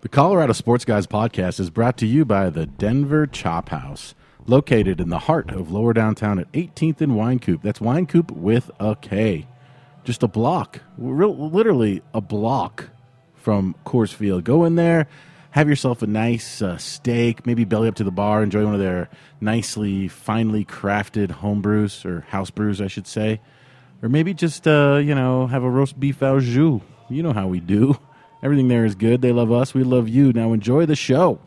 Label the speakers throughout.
Speaker 1: The Colorado Sports Guys podcast is brought to you by the Denver Chop House, located in the heart of lower downtown at 18th and Winecoop. That's Winecoop with a K. Just a block, real, literally a block from Coors Field. Go in there, have yourself a nice uh, steak, maybe belly up to the bar, enjoy one of their nicely, finely crafted home brews or house brews, I should say. Or maybe just, uh, you know, have a roast beef au jus. You know how we do. Everything there is good. They love us. We love you. Now enjoy the show.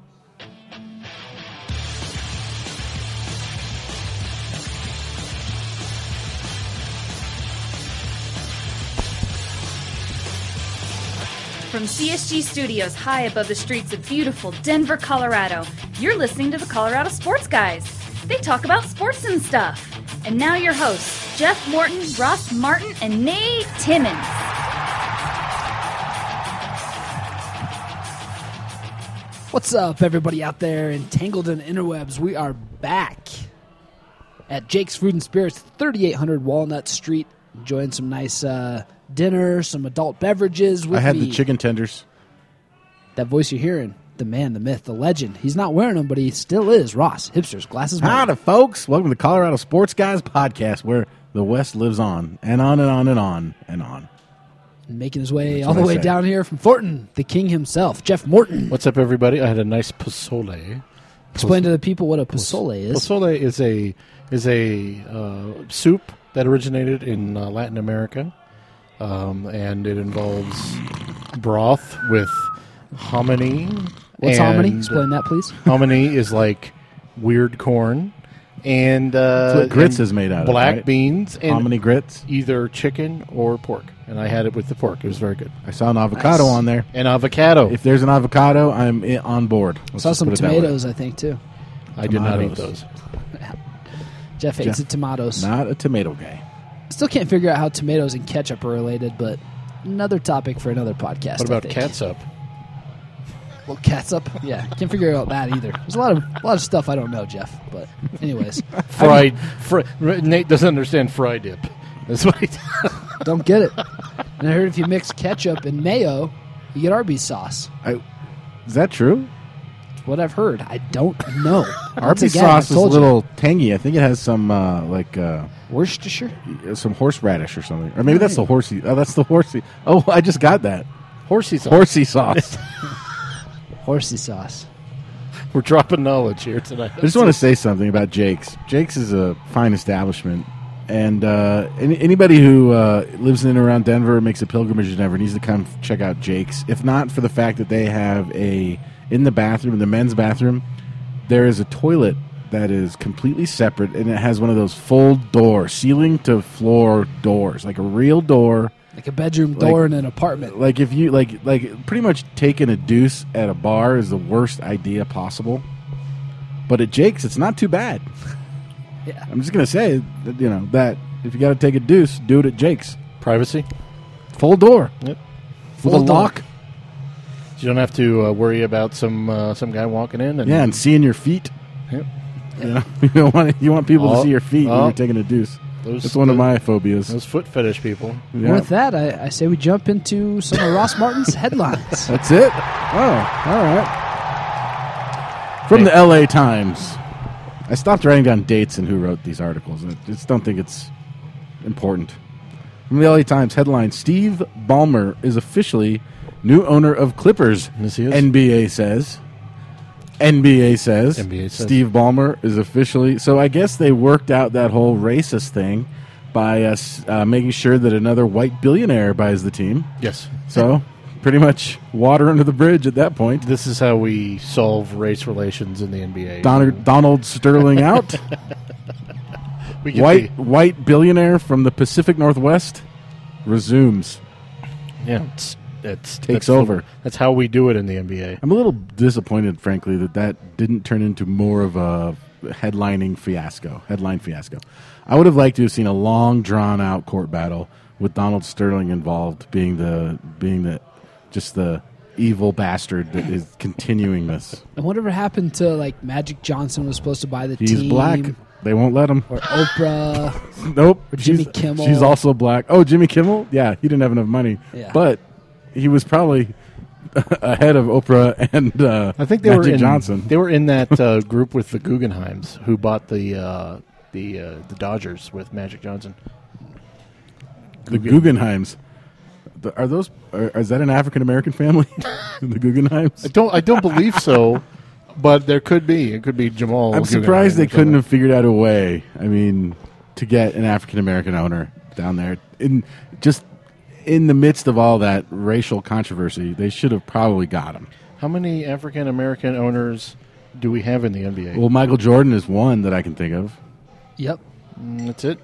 Speaker 2: From CSG Studios, high above the streets of beautiful Denver, Colorado, you're listening to the Colorado Sports Guys. They talk about sports and stuff. And now your hosts, Jeff Morton, Ross Martin, and Nate Timmons.
Speaker 3: What's up, everybody out there entangled in interwebs? We are back at Jake's Food and Spirits, 3800 Walnut Street, enjoying some nice uh, dinner, some adult beverages. With
Speaker 1: I had the
Speaker 3: me.
Speaker 1: chicken tenders.
Speaker 3: That voice you're hearing, the man, the myth, the legend. He's not wearing them, but he still is Ross. Hipsters, glasses. Martin.
Speaker 1: Howdy, folks. Welcome to the Colorado Sports Guys podcast, where the West lives on and on and on and on and on.
Speaker 3: And making his way all
Speaker 1: what
Speaker 3: the
Speaker 1: I
Speaker 3: way
Speaker 1: said.
Speaker 3: down here from Thornton, the king himself, Jeff Morton.
Speaker 4: What's up, everybody? I had a nice pozole.
Speaker 3: Explain to the people what a pozole is.
Speaker 4: Pozole is a is a uh, soup that originated in uh, Latin America, um, and it involves broth with hominy.
Speaker 3: What's
Speaker 4: and-
Speaker 3: hominy? Explain that, please.
Speaker 4: Hominy is like weird corn, and uh,
Speaker 1: That's what grits
Speaker 4: and
Speaker 1: is made out of,
Speaker 4: black
Speaker 1: right?
Speaker 4: beans and
Speaker 1: Hominy grits.
Speaker 4: either chicken or pork. And I had it with the pork. It was very good.
Speaker 1: I saw an avocado
Speaker 3: Nice.
Speaker 1: on there.
Speaker 4: And avocado.
Speaker 1: If there's an avocado, I'm i- on board. Let's
Speaker 3: Saw
Speaker 1: just
Speaker 3: some
Speaker 1: put it that way.
Speaker 3: tomatoes, I think, too.
Speaker 4: I did not eat
Speaker 1: tomatoes.
Speaker 4: those.
Speaker 3: Jeff hates
Speaker 1: Jeff-
Speaker 3: the tomatoes.
Speaker 1: Not a tomato guy.
Speaker 3: Still can't figure out how tomatoes and ketchup are related, but another topic for another podcast.
Speaker 4: What
Speaker 3: I
Speaker 4: about
Speaker 3: think.
Speaker 4: catsup?
Speaker 3: Well, catsup. Yeah, can't figure out that either. There's a lot of a lot of stuff I don't know, Jeff. But anyways,
Speaker 4: fried. Fr- Nate doesn't understand fry dip. That's what he
Speaker 3: don't get it. And I heard if you mix ketchup and mayo, you get Arby's sauce.
Speaker 1: I, is that true?
Speaker 3: It's what I've heard. I don't know. Once
Speaker 1: Arby's
Speaker 3: again, I
Speaker 1: sauce is a
Speaker 3: told you.
Speaker 1: little tangy. I think it has some uh, like uh,
Speaker 3: Worcestershire.
Speaker 1: some horseradish or something, or maybe that's the horsey. Oh, that's the horsey. Oh, I just got that
Speaker 4: Horsey sauce.
Speaker 1: horsey sauce.
Speaker 3: Horsey sauce.
Speaker 4: We're dropping knowledge here tonight.
Speaker 1: I just want to say something about Jake's. Jake's is a fine establishment, and uh, any, anybody who uh, lives in and around Denver makes a pilgrimage to Denver needs to come check out Jake's. If not for the fact that they have a in the bathroom, in the men's bathroom, there is a toilet that is completely separate, and it has one of those fold door, ceiling to floor doors, like a real door.
Speaker 3: Like a bedroom door
Speaker 1: Like-
Speaker 3: in an apartment.
Speaker 1: Like if you like like pretty much taking a deuce at a bar is the worst idea possible. But at Jake's, it's not too bad.
Speaker 3: Yeah.
Speaker 1: I'm just gonna say that you know that if you got to take a deuce, do it at Jake's.
Speaker 4: privacy.
Speaker 1: Full door
Speaker 4: Yep.
Speaker 1: full
Speaker 3: Full door.
Speaker 1: lock.
Speaker 4: You don't have to uh, worry about some uh, some guy walking in and
Speaker 1: Yeah, and seeing your feet.
Speaker 4: Yep.
Speaker 1: You, know, you don't want you want people to
Speaker 4: Oh,
Speaker 1: see your feet when
Speaker 4: oh.
Speaker 1: you're taking a deuce.
Speaker 4: Those-
Speaker 1: That's one of
Speaker 4: those-
Speaker 1: my phobias.
Speaker 4: those foot fetish people.
Speaker 1: Yeah.
Speaker 3: With that, I, I say we jump into some of Ross Martin's headlines.
Speaker 1: That's it. Oh, all right. From the L.A. Times, I stopped writing down dates and who wrote these articles. I just don't think it's important. From the L.A. Times headline: Steve Ballmer is officially new owner of Clippers.
Speaker 4: Yes, he is.
Speaker 1: NBA says. NBA says.
Speaker 4: NBA says.
Speaker 1: Steve Ballmer is officially. So I guess they worked out that whole racist thing by us uh, making sure that another white billionaire buys the team.
Speaker 4: Yes.
Speaker 1: So, pretty much water under the bridge at that point.
Speaker 4: This is how we solve race relations in the NBA.
Speaker 1: Donald, Donald Sterling out,
Speaker 4: we get
Speaker 1: white white billionaire from the Pacific Northwest resumes.
Speaker 4: the- yeah. It's that's
Speaker 1: Takes
Speaker 4: that's the-
Speaker 1: over.
Speaker 4: that's how we do it in the NBA.
Speaker 1: I'm a little disappointed, frankly, that that didn't turn into more of a headlining fiasco. Headline fiasco. I would have liked to have seen a long, drawn out court battle with Donald Sterling involved, being the being the just the evil bastard that is continuing this.
Speaker 3: And whatever happened to like Magic Johnson was supposed to buy the
Speaker 1: He's
Speaker 3: team?
Speaker 1: black. They won't let him.
Speaker 3: Or Oprah.
Speaker 1: Nope.
Speaker 3: Jimmy
Speaker 1: she's,
Speaker 3: Kimmel.
Speaker 1: She's also black. Oh, Jimmy Kimmel? Yeah, he didn't have enough money.
Speaker 3: Yeah.
Speaker 1: But he was probably ahead of Oprah and uh,
Speaker 4: I think they
Speaker 1: Magic
Speaker 4: were in,
Speaker 1: Johnson.
Speaker 4: They were in that uh, group with the Guggenheims who bought the uh, the uh, the Dodgers with Magic Johnson.
Speaker 1: the Guggenheims. The- are those? Are, is that an African American family? the Guggenheims.
Speaker 4: I don't I don't believe so, but there could be. It could be Jamal.
Speaker 1: I'm
Speaker 4: Guggenheim
Speaker 1: surprised
Speaker 4: or
Speaker 1: they couldn't
Speaker 4: something.
Speaker 1: have figured out a way. I mean, to get an African American owner down there, in just in the midst of all that racial controversy, they should have probably got him.
Speaker 4: How many African American owners do we have in the NBA?
Speaker 1: Well, Michael Jordan is one that I can think of.
Speaker 3: yep.
Speaker 4: Mm, that's it.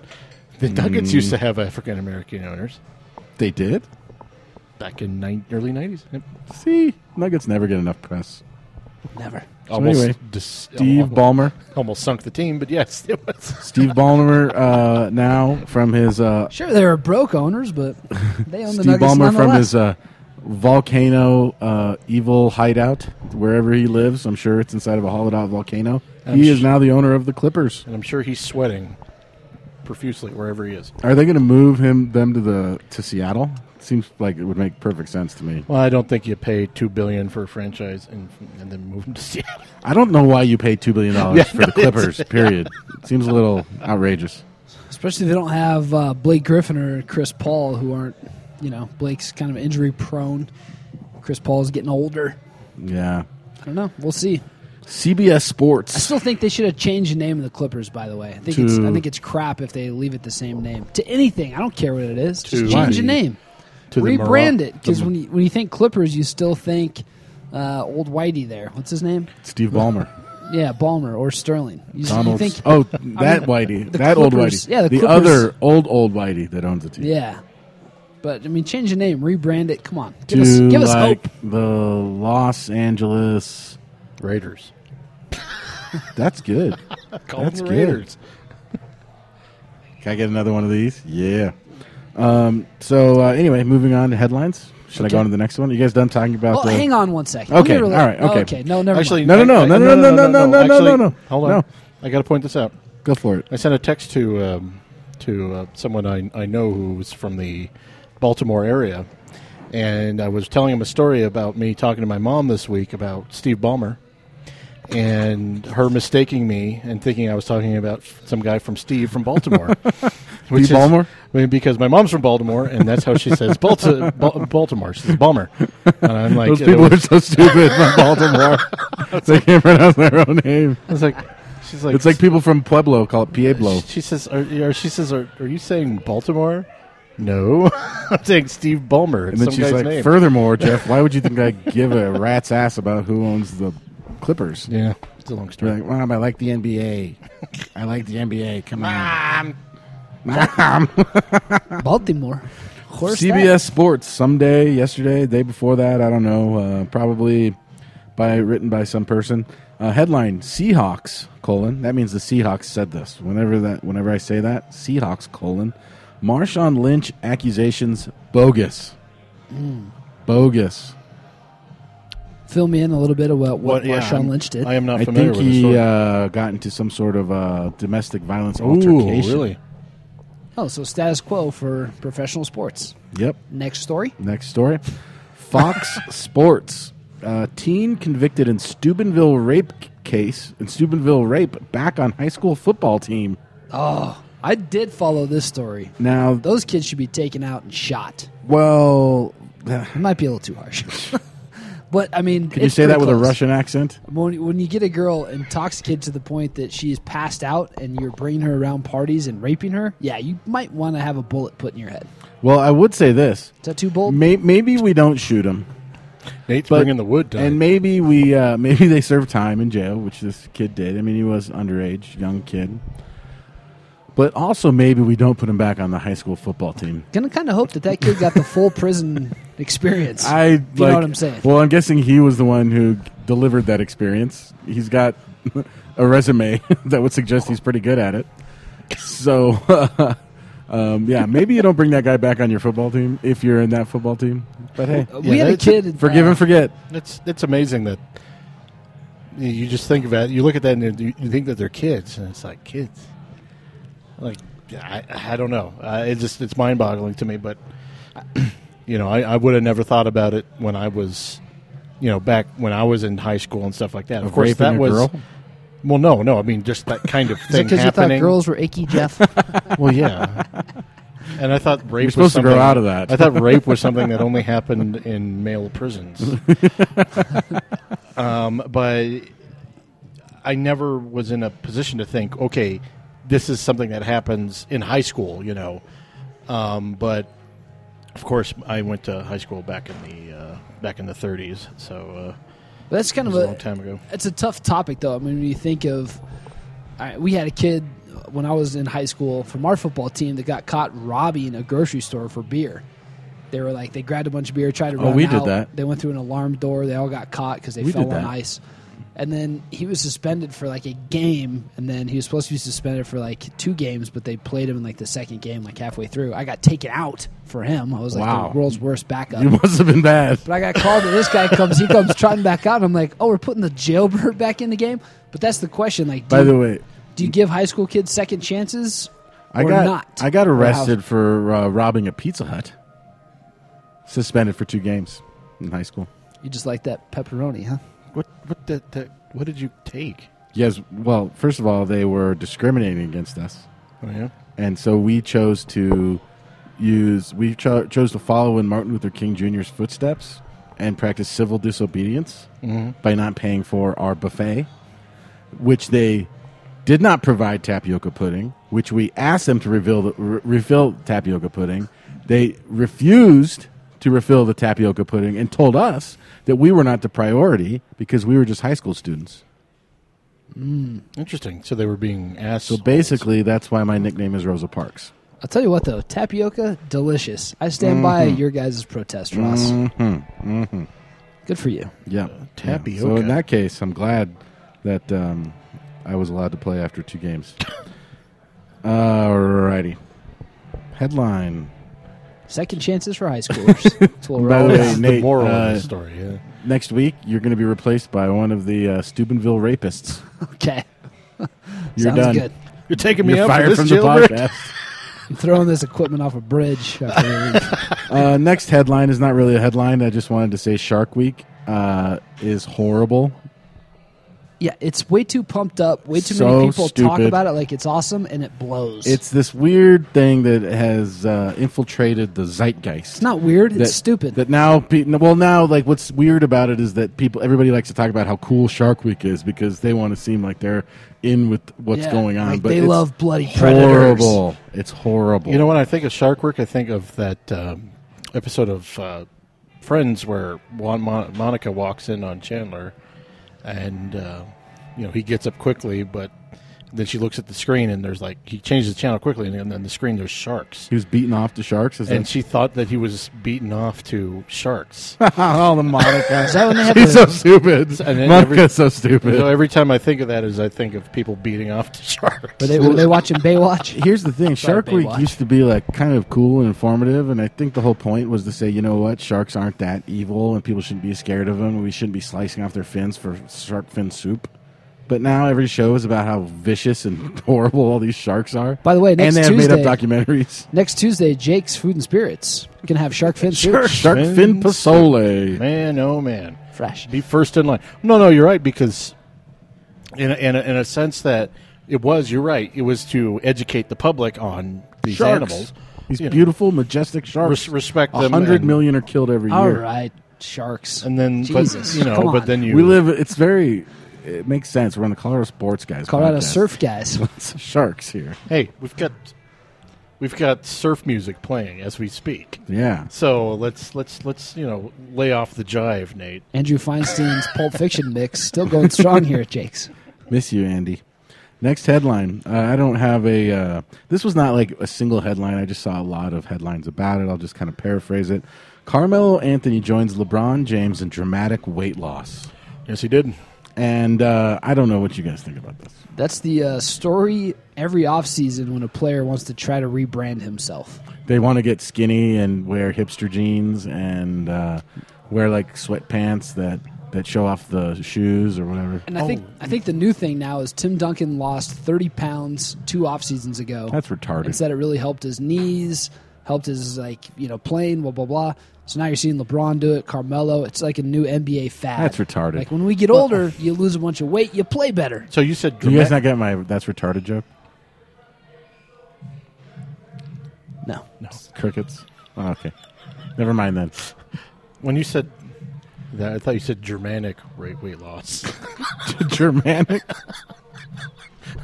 Speaker 4: The Nuggets used to have African American owners
Speaker 1: They did.
Speaker 4: back in nine early nineties. Yep.
Speaker 1: See, Nuggets never get enough press.
Speaker 3: Never.
Speaker 4: Almost
Speaker 1: anyway,
Speaker 4: dis-
Speaker 1: Steve
Speaker 4: almost,
Speaker 1: Ballmer.
Speaker 4: almost sunk the team, but yes, it was.
Speaker 1: Steve Ballmer uh, now from his uh,
Speaker 3: Sure, they were broke owners, but they own the
Speaker 1: Steve
Speaker 3: Nuggets
Speaker 1: Ballmer from
Speaker 3: nonetheless.
Speaker 1: his uh, volcano uh, evil hideout, wherever he lives. I'm sure it's inside of a hollowed out volcano.
Speaker 4: I'm
Speaker 1: he is
Speaker 4: sh-
Speaker 1: now the owner of the Clippers.
Speaker 4: And I'm sure he's sweating profusely wherever he is.
Speaker 1: Are they going to move him them to the to Seattle? Seems like it would make perfect sense to me.
Speaker 4: Well, I don't think you pay two billion for a franchise and and then move him to Seattle.
Speaker 1: I don't know why you pay two billion dollars
Speaker 4: Yeah,
Speaker 1: for the Clippers. Period. Seems a little outrageous.
Speaker 3: Especially if they don't have uh, Blake Griffin or Chris Paul, who aren't, you know, Blake's kind of injury prone. Chris Paul's getting older.
Speaker 1: Yeah.
Speaker 3: I don't know. We'll see.
Speaker 1: CBS
Speaker 3: I
Speaker 1: Sports.
Speaker 3: still think they should have changed the name of the Clippers. By the way, I think
Speaker 1: To-
Speaker 3: it's I think it's crap if they leave it the same name to anything. I don't care what it is.
Speaker 4: To
Speaker 3: Just change the
Speaker 4: the-
Speaker 3: name,
Speaker 4: to the
Speaker 3: rebrand
Speaker 4: Mara-
Speaker 3: it. Because when you, when you think Clippers, you still think uh, old Whitey. There, what's his name?
Speaker 1: Steve Ballmer.
Speaker 3: Yeah, Ballmer or Sterling. You, s- you
Speaker 1: Donald.
Speaker 3: think?
Speaker 1: oh, that Whitey. That old
Speaker 3: Clippers-
Speaker 1: Whitey.
Speaker 3: yeah, the
Speaker 1: the
Speaker 3: Clippers-
Speaker 1: other old old Whitey that owns the team.
Speaker 3: Yeah, but I mean, change the name, rebrand it. Come on, give
Speaker 1: to
Speaker 3: us give us
Speaker 1: like
Speaker 3: hope.
Speaker 1: the Los Angeles.
Speaker 4: Raiders.
Speaker 1: That's good.
Speaker 4: Call
Speaker 1: That's
Speaker 4: them the
Speaker 1: good.
Speaker 4: Raiders.
Speaker 1: Can I get another one of these? Yeah. Um, so uh, anyway, moving on to headlines. Should I go on to the next one? You guys done talking about?
Speaker 3: Well,
Speaker 1: the,
Speaker 3: Oh, hang on one second. Let
Speaker 1: Okay,
Speaker 3: me relate-
Speaker 1: all right, okay.
Speaker 3: okay. No, never
Speaker 4: Actually,
Speaker 3: mind.
Speaker 1: No, no,
Speaker 4: I-
Speaker 1: no,
Speaker 4: I-
Speaker 1: no, no, no, no, no, no,
Speaker 4: Actually,
Speaker 1: no.
Speaker 4: Hold on.
Speaker 1: No.
Speaker 4: I got to point this out.
Speaker 1: Go for it.
Speaker 4: I sent a text to um, to uh, someone I, I know who was from the Baltimore area, and I was telling him a story about me talking to my mom this week about Steve Ballmer, and her mistaking me and thinking I was talking about some guy from Steve from Baltimore. which
Speaker 1: Steve Ballmer?
Speaker 4: I mean, because my mom's from Baltimore, and that's how she says Balti- Bal- Baltimore. She says Ballmer, and I'm like,
Speaker 1: Those
Speaker 4: it
Speaker 3: uh,
Speaker 1: people are
Speaker 4: was-
Speaker 1: so stupid from Baltimore. they can't pronounce their own name.
Speaker 4: I was like, she's like,
Speaker 1: It's like people from Pueblo call it Pueblo.
Speaker 4: She says, "Are, are she says, are, are you saying Baltimore?" No, I'm saying Steve Ballmer.
Speaker 1: And then
Speaker 4: some
Speaker 1: she's
Speaker 4: guy's
Speaker 1: like,
Speaker 4: name.
Speaker 1: "Furthermore, Jeff, why would you think I give a rat's ass about who owns the Clippers?"
Speaker 4: yeah, it's a long
Speaker 1: You're
Speaker 4: story.
Speaker 1: like, "Mom, I like the NBA. I like the NBA. Come on."
Speaker 4: Ah,
Speaker 3: Baltimore. Of course that.
Speaker 1: CBS Sports someday, yesterday, day before that, I don't know, uh, probably by written by some person. Uh, headline: Seahawks colon. That means the Seahawks said this. Whenever that, whenever I say that, Seahawks colon. Marshawn Lynch accusations bogus.
Speaker 4: Mm.
Speaker 1: Bogus.
Speaker 3: Fill me in a little bit about what,
Speaker 4: yeah,
Speaker 3: Marshawn
Speaker 4: I'm-
Speaker 3: Lynch did.
Speaker 4: I am not
Speaker 1: I
Speaker 4: familiar
Speaker 1: think
Speaker 4: with the
Speaker 1: he
Speaker 4: story.
Speaker 1: uh, got into some sort of uh, domestic violence
Speaker 4: Ooh,
Speaker 1: altercation.
Speaker 4: really?
Speaker 3: Oh, so status quo for professional sports.
Speaker 1: Yep.
Speaker 3: Next story.
Speaker 1: Next story. Fox Sports. Uh, teen convicted in Steubenville rape c- case. In Steubenville rape, back on high school football team.
Speaker 3: I did follow this story.
Speaker 1: Now,
Speaker 3: Those kids should be taken out and shot.
Speaker 1: well, can
Speaker 3: It might be a little too harsh. but, I mean,
Speaker 1: you say that with a Russian accent?
Speaker 3: When, when you get a girl intoxicated to the point that she is passed out and you're bringing her around parties and raping her, yeah, you might want to have a bullet put in your head.
Speaker 1: Well, I would say this.
Speaker 3: Is that too bold?
Speaker 1: May- maybe we don't shoot him,
Speaker 4: Nate's
Speaker 1: but
Speaker 4: bringing the wood down.
Speaker 1: and maybe we uh, maybe they serve time in jail, which this kid did. I mean, he was underage, young kid. But also, maybe we don't put him back on the high school football team.
Speaker 3: Gonna kind of hope that that kid got the full prison experience.
Speaker 1: I
Speaker 3: If you know
Speaker 1: like-
Speaker 3: what I'm saying.
Speaker 1: Well, I'm guessing he was the one who delivered that experience. He's got a resume that would suggest he's pretty good at it. So, um, yeah, maybe you don't bring that guy back on your football team if you're in that football team. But hey,
Speaker 3: Uh, we had a
Speaker 4: that's-
Speaker 3: kid.
Speaker 1: forgive
Speaker 3: uh,
Speaker 1: and forget.
Speaker 4: It's it's amazing that you- you just think about it, you look at that and you you think that they're kids, and it's like kids. Like I, I don't know. Uh, it just it's mind boggling to me. But you know, I, I would have never thought about it when I was, you know, back when I was in high school and stuff like that. Of,
Speaker 1: Of
Speaker 4: course,
Speaker 1: raping
Speaker 4: that
Speaker 1: a
Speaker 4: was.
Speaker 1: girl?
Speaker 4: Well, no, no. I mean, just that kind of
Speaker 5: Is it
Speaker 4: thing
Speaker 5: because you thought
Speaker 4: happening.
Speaker 5: girls were icky, Jeff?
Speaker 4: Well, yeah. And I thought rape
Speaker 1: You're supposed
Speaker 4: was
Speaker 1: to grow
Speaker 4: something-
Speaker 1: out of that.
Speaker 4: I thought rape was something that only happened in male prisons. um, but I never was in a position to think, okay, this is something that happens in high school, you know. Um, but of course, I went to high school back in the uh, back in the 30s, so
Speaker 3: That's kind
Speaker 4: uh,
Speaker 3: of
Speaker 4: it was a
Speaker 3: a,
Speaker 4: long time ago.
Speaker 3: it's a tough topic though. I mean, when you think of, I, we had a kid when I was in high school from our football team that got caught robbing a grocery store for beer. They were like they grabbed a bunch of beer, tried to
Speaker 1: Oh,
Speaker 3: run
Speaker 1: we did
Speaker 3: out.
Speaker 1: that.
Speaker 3: They went through an alarm door. They all got caught because they
Speaker 1: We
Speaker 3: fell
Speaker 1: did
Speaker 3: on
Speaker 1: that.
Speaker 3: ice. And then he was suspended for like a game, and then he was supposed to be suspended for like two games, but they played him in like the second game, like halfway through. I got taken out for him. I was like
Speaker 1: Wow.
Speaker 3: the world's worst backup.
Speaker 1: You must have been bad.
Speaker 3: But I got called, and this guy comes. He comes trotting back out. And I'm like, oh, we're putting the jailbird back in the game. But that's the question. Like, do,
Speaker 1: By the way,
Speaker 3: do you give high school kids second chances?
Speaker 1: I
Speaker 3: or
Speaker 1: got
Speaker 3: not?
Speaker 1: I got
Speaker 3: Or how-
Speaker 1: arrested for uh, robbing a Pizza Hut. Suspended for two games in high school.
Speaker 3: You just like that pepperoni, huh?
Speaker 4: What what the, the, what did you take?
Speaker 1: Yes. Well, first of all, they were discriminating against us.
Speaker 4: Oh yeah.
Speaker 1: and so we chose to use we cho- chose to follow in Martin Luther King Jr.'s footsteps and practice civil disobedience by not paying for our buffet, which they did not provide tapioca pudding, which we asked them to reveal the, re- refill tapioca pudding. They refused to refill the tapioca pudding and told us that we were not the priority because we were just high school students.
Speaker 4: Interesting. So they were being asked.
Speaker 1: So basically, that's why my nickname is Rosa Parks.
Speaker 3: I'll tell you what, though, tapioca, delicious. I stand by
Speaker 1: Mm-hmm.
Speaker 3: your guys' protest, Ross. Mm-hmm. Good for you.
Speaker 1: Yeah,
Speaker 4: tapioca.
Speaker 1: So in that case, I'm glad that um, I was allowed to play after two games. Alrighty. Headline.
Speaker 3: Second chances for high schoolers. That's what we're
Speaker 1: By the
Speaker 3: always-
Speaker 1: way,
Speaker 4: the
Speaker 1: Nate,
Speaker 4: moral
Speaker 1: uh,
Speaker 4: of the story. Yeah.
Speaker 1: Next week, you're going to be replaced by one of the uh, Steubenville rapists.
Speaker 3: okay.
Speaker 1: You're
Speaker 3: Sounds
Speaker 1: done.
Speaker 3: good.
Speaker 4: You're taking me
Speaker 1: You're
Speaker 4: out
Speaker 1: fired
Speaker 4: for
Speaker 1: from
Speaker 4: this
Speaker 1: the
Speaker 4: jailbreak?
Speaker 1: podcast.
Speaker 3: I'm throwing this equipment off a bridge. After the week.
Speaker 1: uh, next headline is not really a headline. I just wanted to say Shark Week uh, is horrible.
Speaker 3: Yeah, it's way too pumped up. Way too
Speaker 1: So
Speaker 3: many people talk
Speaker 1: stupid.
Speaker 3: about it like it's awesome, and it blows.
Speaker 1: It's this weird thing that has uh, infiltrated the zeitgeist.
Speaker 3: It's not weird. It's
Speaker 1: that-
Speaker 3: stupid.
Speaker 1: That now, pe- no, well, now, like, what's weird about it is that people, everybody likes to talk about how cool Shark Week is because they want to seem like they're in with what's
Speaker 3: Yeah,
Speaker 1: going on.
Speaker 3: like
Speaker 1: but
Speaker 3: they
Speaker 1: it's
Speaker 3: love bloody
Speaker 1: horrible. It's horrible.
Speaker 4: You know, when I think of Shark Work, I think of that um, episode of uh, Friends where Juan Mon- Monica walks in on Chandler, and uh, you know he gets up quickly, but then she looks at the screen and there's like he changes the channel quickly, and then the screen there's sharks,
Speaker 1: he was beaten off to sharks. Is
Speaker 4: and
Speaker 1: that-
Speaker 4: she thought that he was beaten off to sharks.
Speaker 1: oh, the Monica.
Speaker 3: Is that when they have
Speaker 1: She's
Speaker 3: the-
Speaker 1: so stupid.
Speaker 4: And then
Speaker 1: Monica's
Speaker 4: every-
Speaker 1: so stupid.
Speaker 4: so every time I think of that, is I think of people beating off to sharks.
Speaker 3: were they, were they watching Baywatch?
Speaker 1: Here's the thing:
Speaker 3: Sorry,
Speaker 1: Shark Week
Speaker 3: Baywatch.
Speaker 1: used to be like kind of cool and informative, and I think the whole point was to say, you know what, sharks aren't that evil, and people shouldn't be scared of them. We shouldn't be slicing off their fins for shark fin soup. But now every show is about how vicious and horrible all these sharks are.
Speaker 3: By the way,
Speaker 1: and
Speaker 3: next
Speaker 1: they have made
Speaker 3: Tuesday-
Speaker 1: up documentaries.
Speaker 3: Next Tuesday, Jake's Food and Spirits gonna have shark fin soup.
Speaker 1: Shark
Speaker 4: fin
Speaker 1: fin pasole.
Speaker 4: man, oh man,
Speaker 3: Fresh.
Speaker 4: be first in line. No, no, you're right because in a, in a, in a sense that it was you're right. It was to educate the public on these
Speaker 1: Sharks.
Speaker 4: animals.
Speaker 1: These
Speaker 4: You know,
Speaker 1: beautiful, majestic sharks.
Speaker 4: Res- respect
Speaker 1: A
Speaker 4: them
Speaker 1: hundred
Speaker 4: and-
Speaker 1: million are killed every
Speaker 3: All
Speaker 1: year.
Speaker 3: right, sharks.
Speaker 4: and then
Speaker 3: Jesus,
Speaker 4: but, you know,
Speaker 3: come
Speaker 4: but
Speaker 3: on.
Speaker 4: then you
Speaker 1: We live. It's very. It makes sense. We're on the Colorado Sports Guys.
Speaker 3: Colorado
Speaker 1: podcast.
Speaker 3: surf guys.
Speaker 1: It's sharks here.
Speaker 4: Hey, we've got we've got surf music playing as we speak.
Speaker 1: Yeah.
Speaker 4: So let's let's let's you know lay off the jive, Nate.
Speaker 3: Andrew Feinstein's Pulp Fiction mix still going strong here at Jake's.
Speaker 1: Miss you, Andy. Next headline. Uh, I don't have a. Uh, this was not like a single headline. I just saw a lot of headlines about it. I'll just kind of paraphrase it. Carmelo Anthony joins LeBron James in dramatic weight loss.
Speaker 4: Yes, he did.
Speaker 1: And uh, I don't know what you guys think about this.
Speaker 3: That's the uh, story every offseason when a player wants to try to rebrand himself.
Speaker 1: They want to get skinny and wear hipster jeans and uh, wear like sweatpants that, that show off the shoes or whatever.
Speaker 3: And I think I think the new thing now is Tim Duncan lost 30 pounds two off seasons ago.
Speaker 1: That's retarded.
Speaker 3: And said it really helped his knees, helped his like you know playing, blah blah blah. So now you're seeing LeBron do it, Carmelo. It's like a new NBA fad.
Speaker 1: That's retarded.
Speaker 3: Like when we get older, you lose a bunch of weight, you play better.
Speaker 4: So you said
Speaker 1: Do you guys
Speaker 4: Oh, dramatic-
Speaker 1: not get my that's retarded joke?
Speaker 3: No,
Speaker 1: Crickets. Oh, okay, never mind then.
Speaker 4: when you said that, I thought you said Germanic rate weight loss.
Speaker 1: Germanic.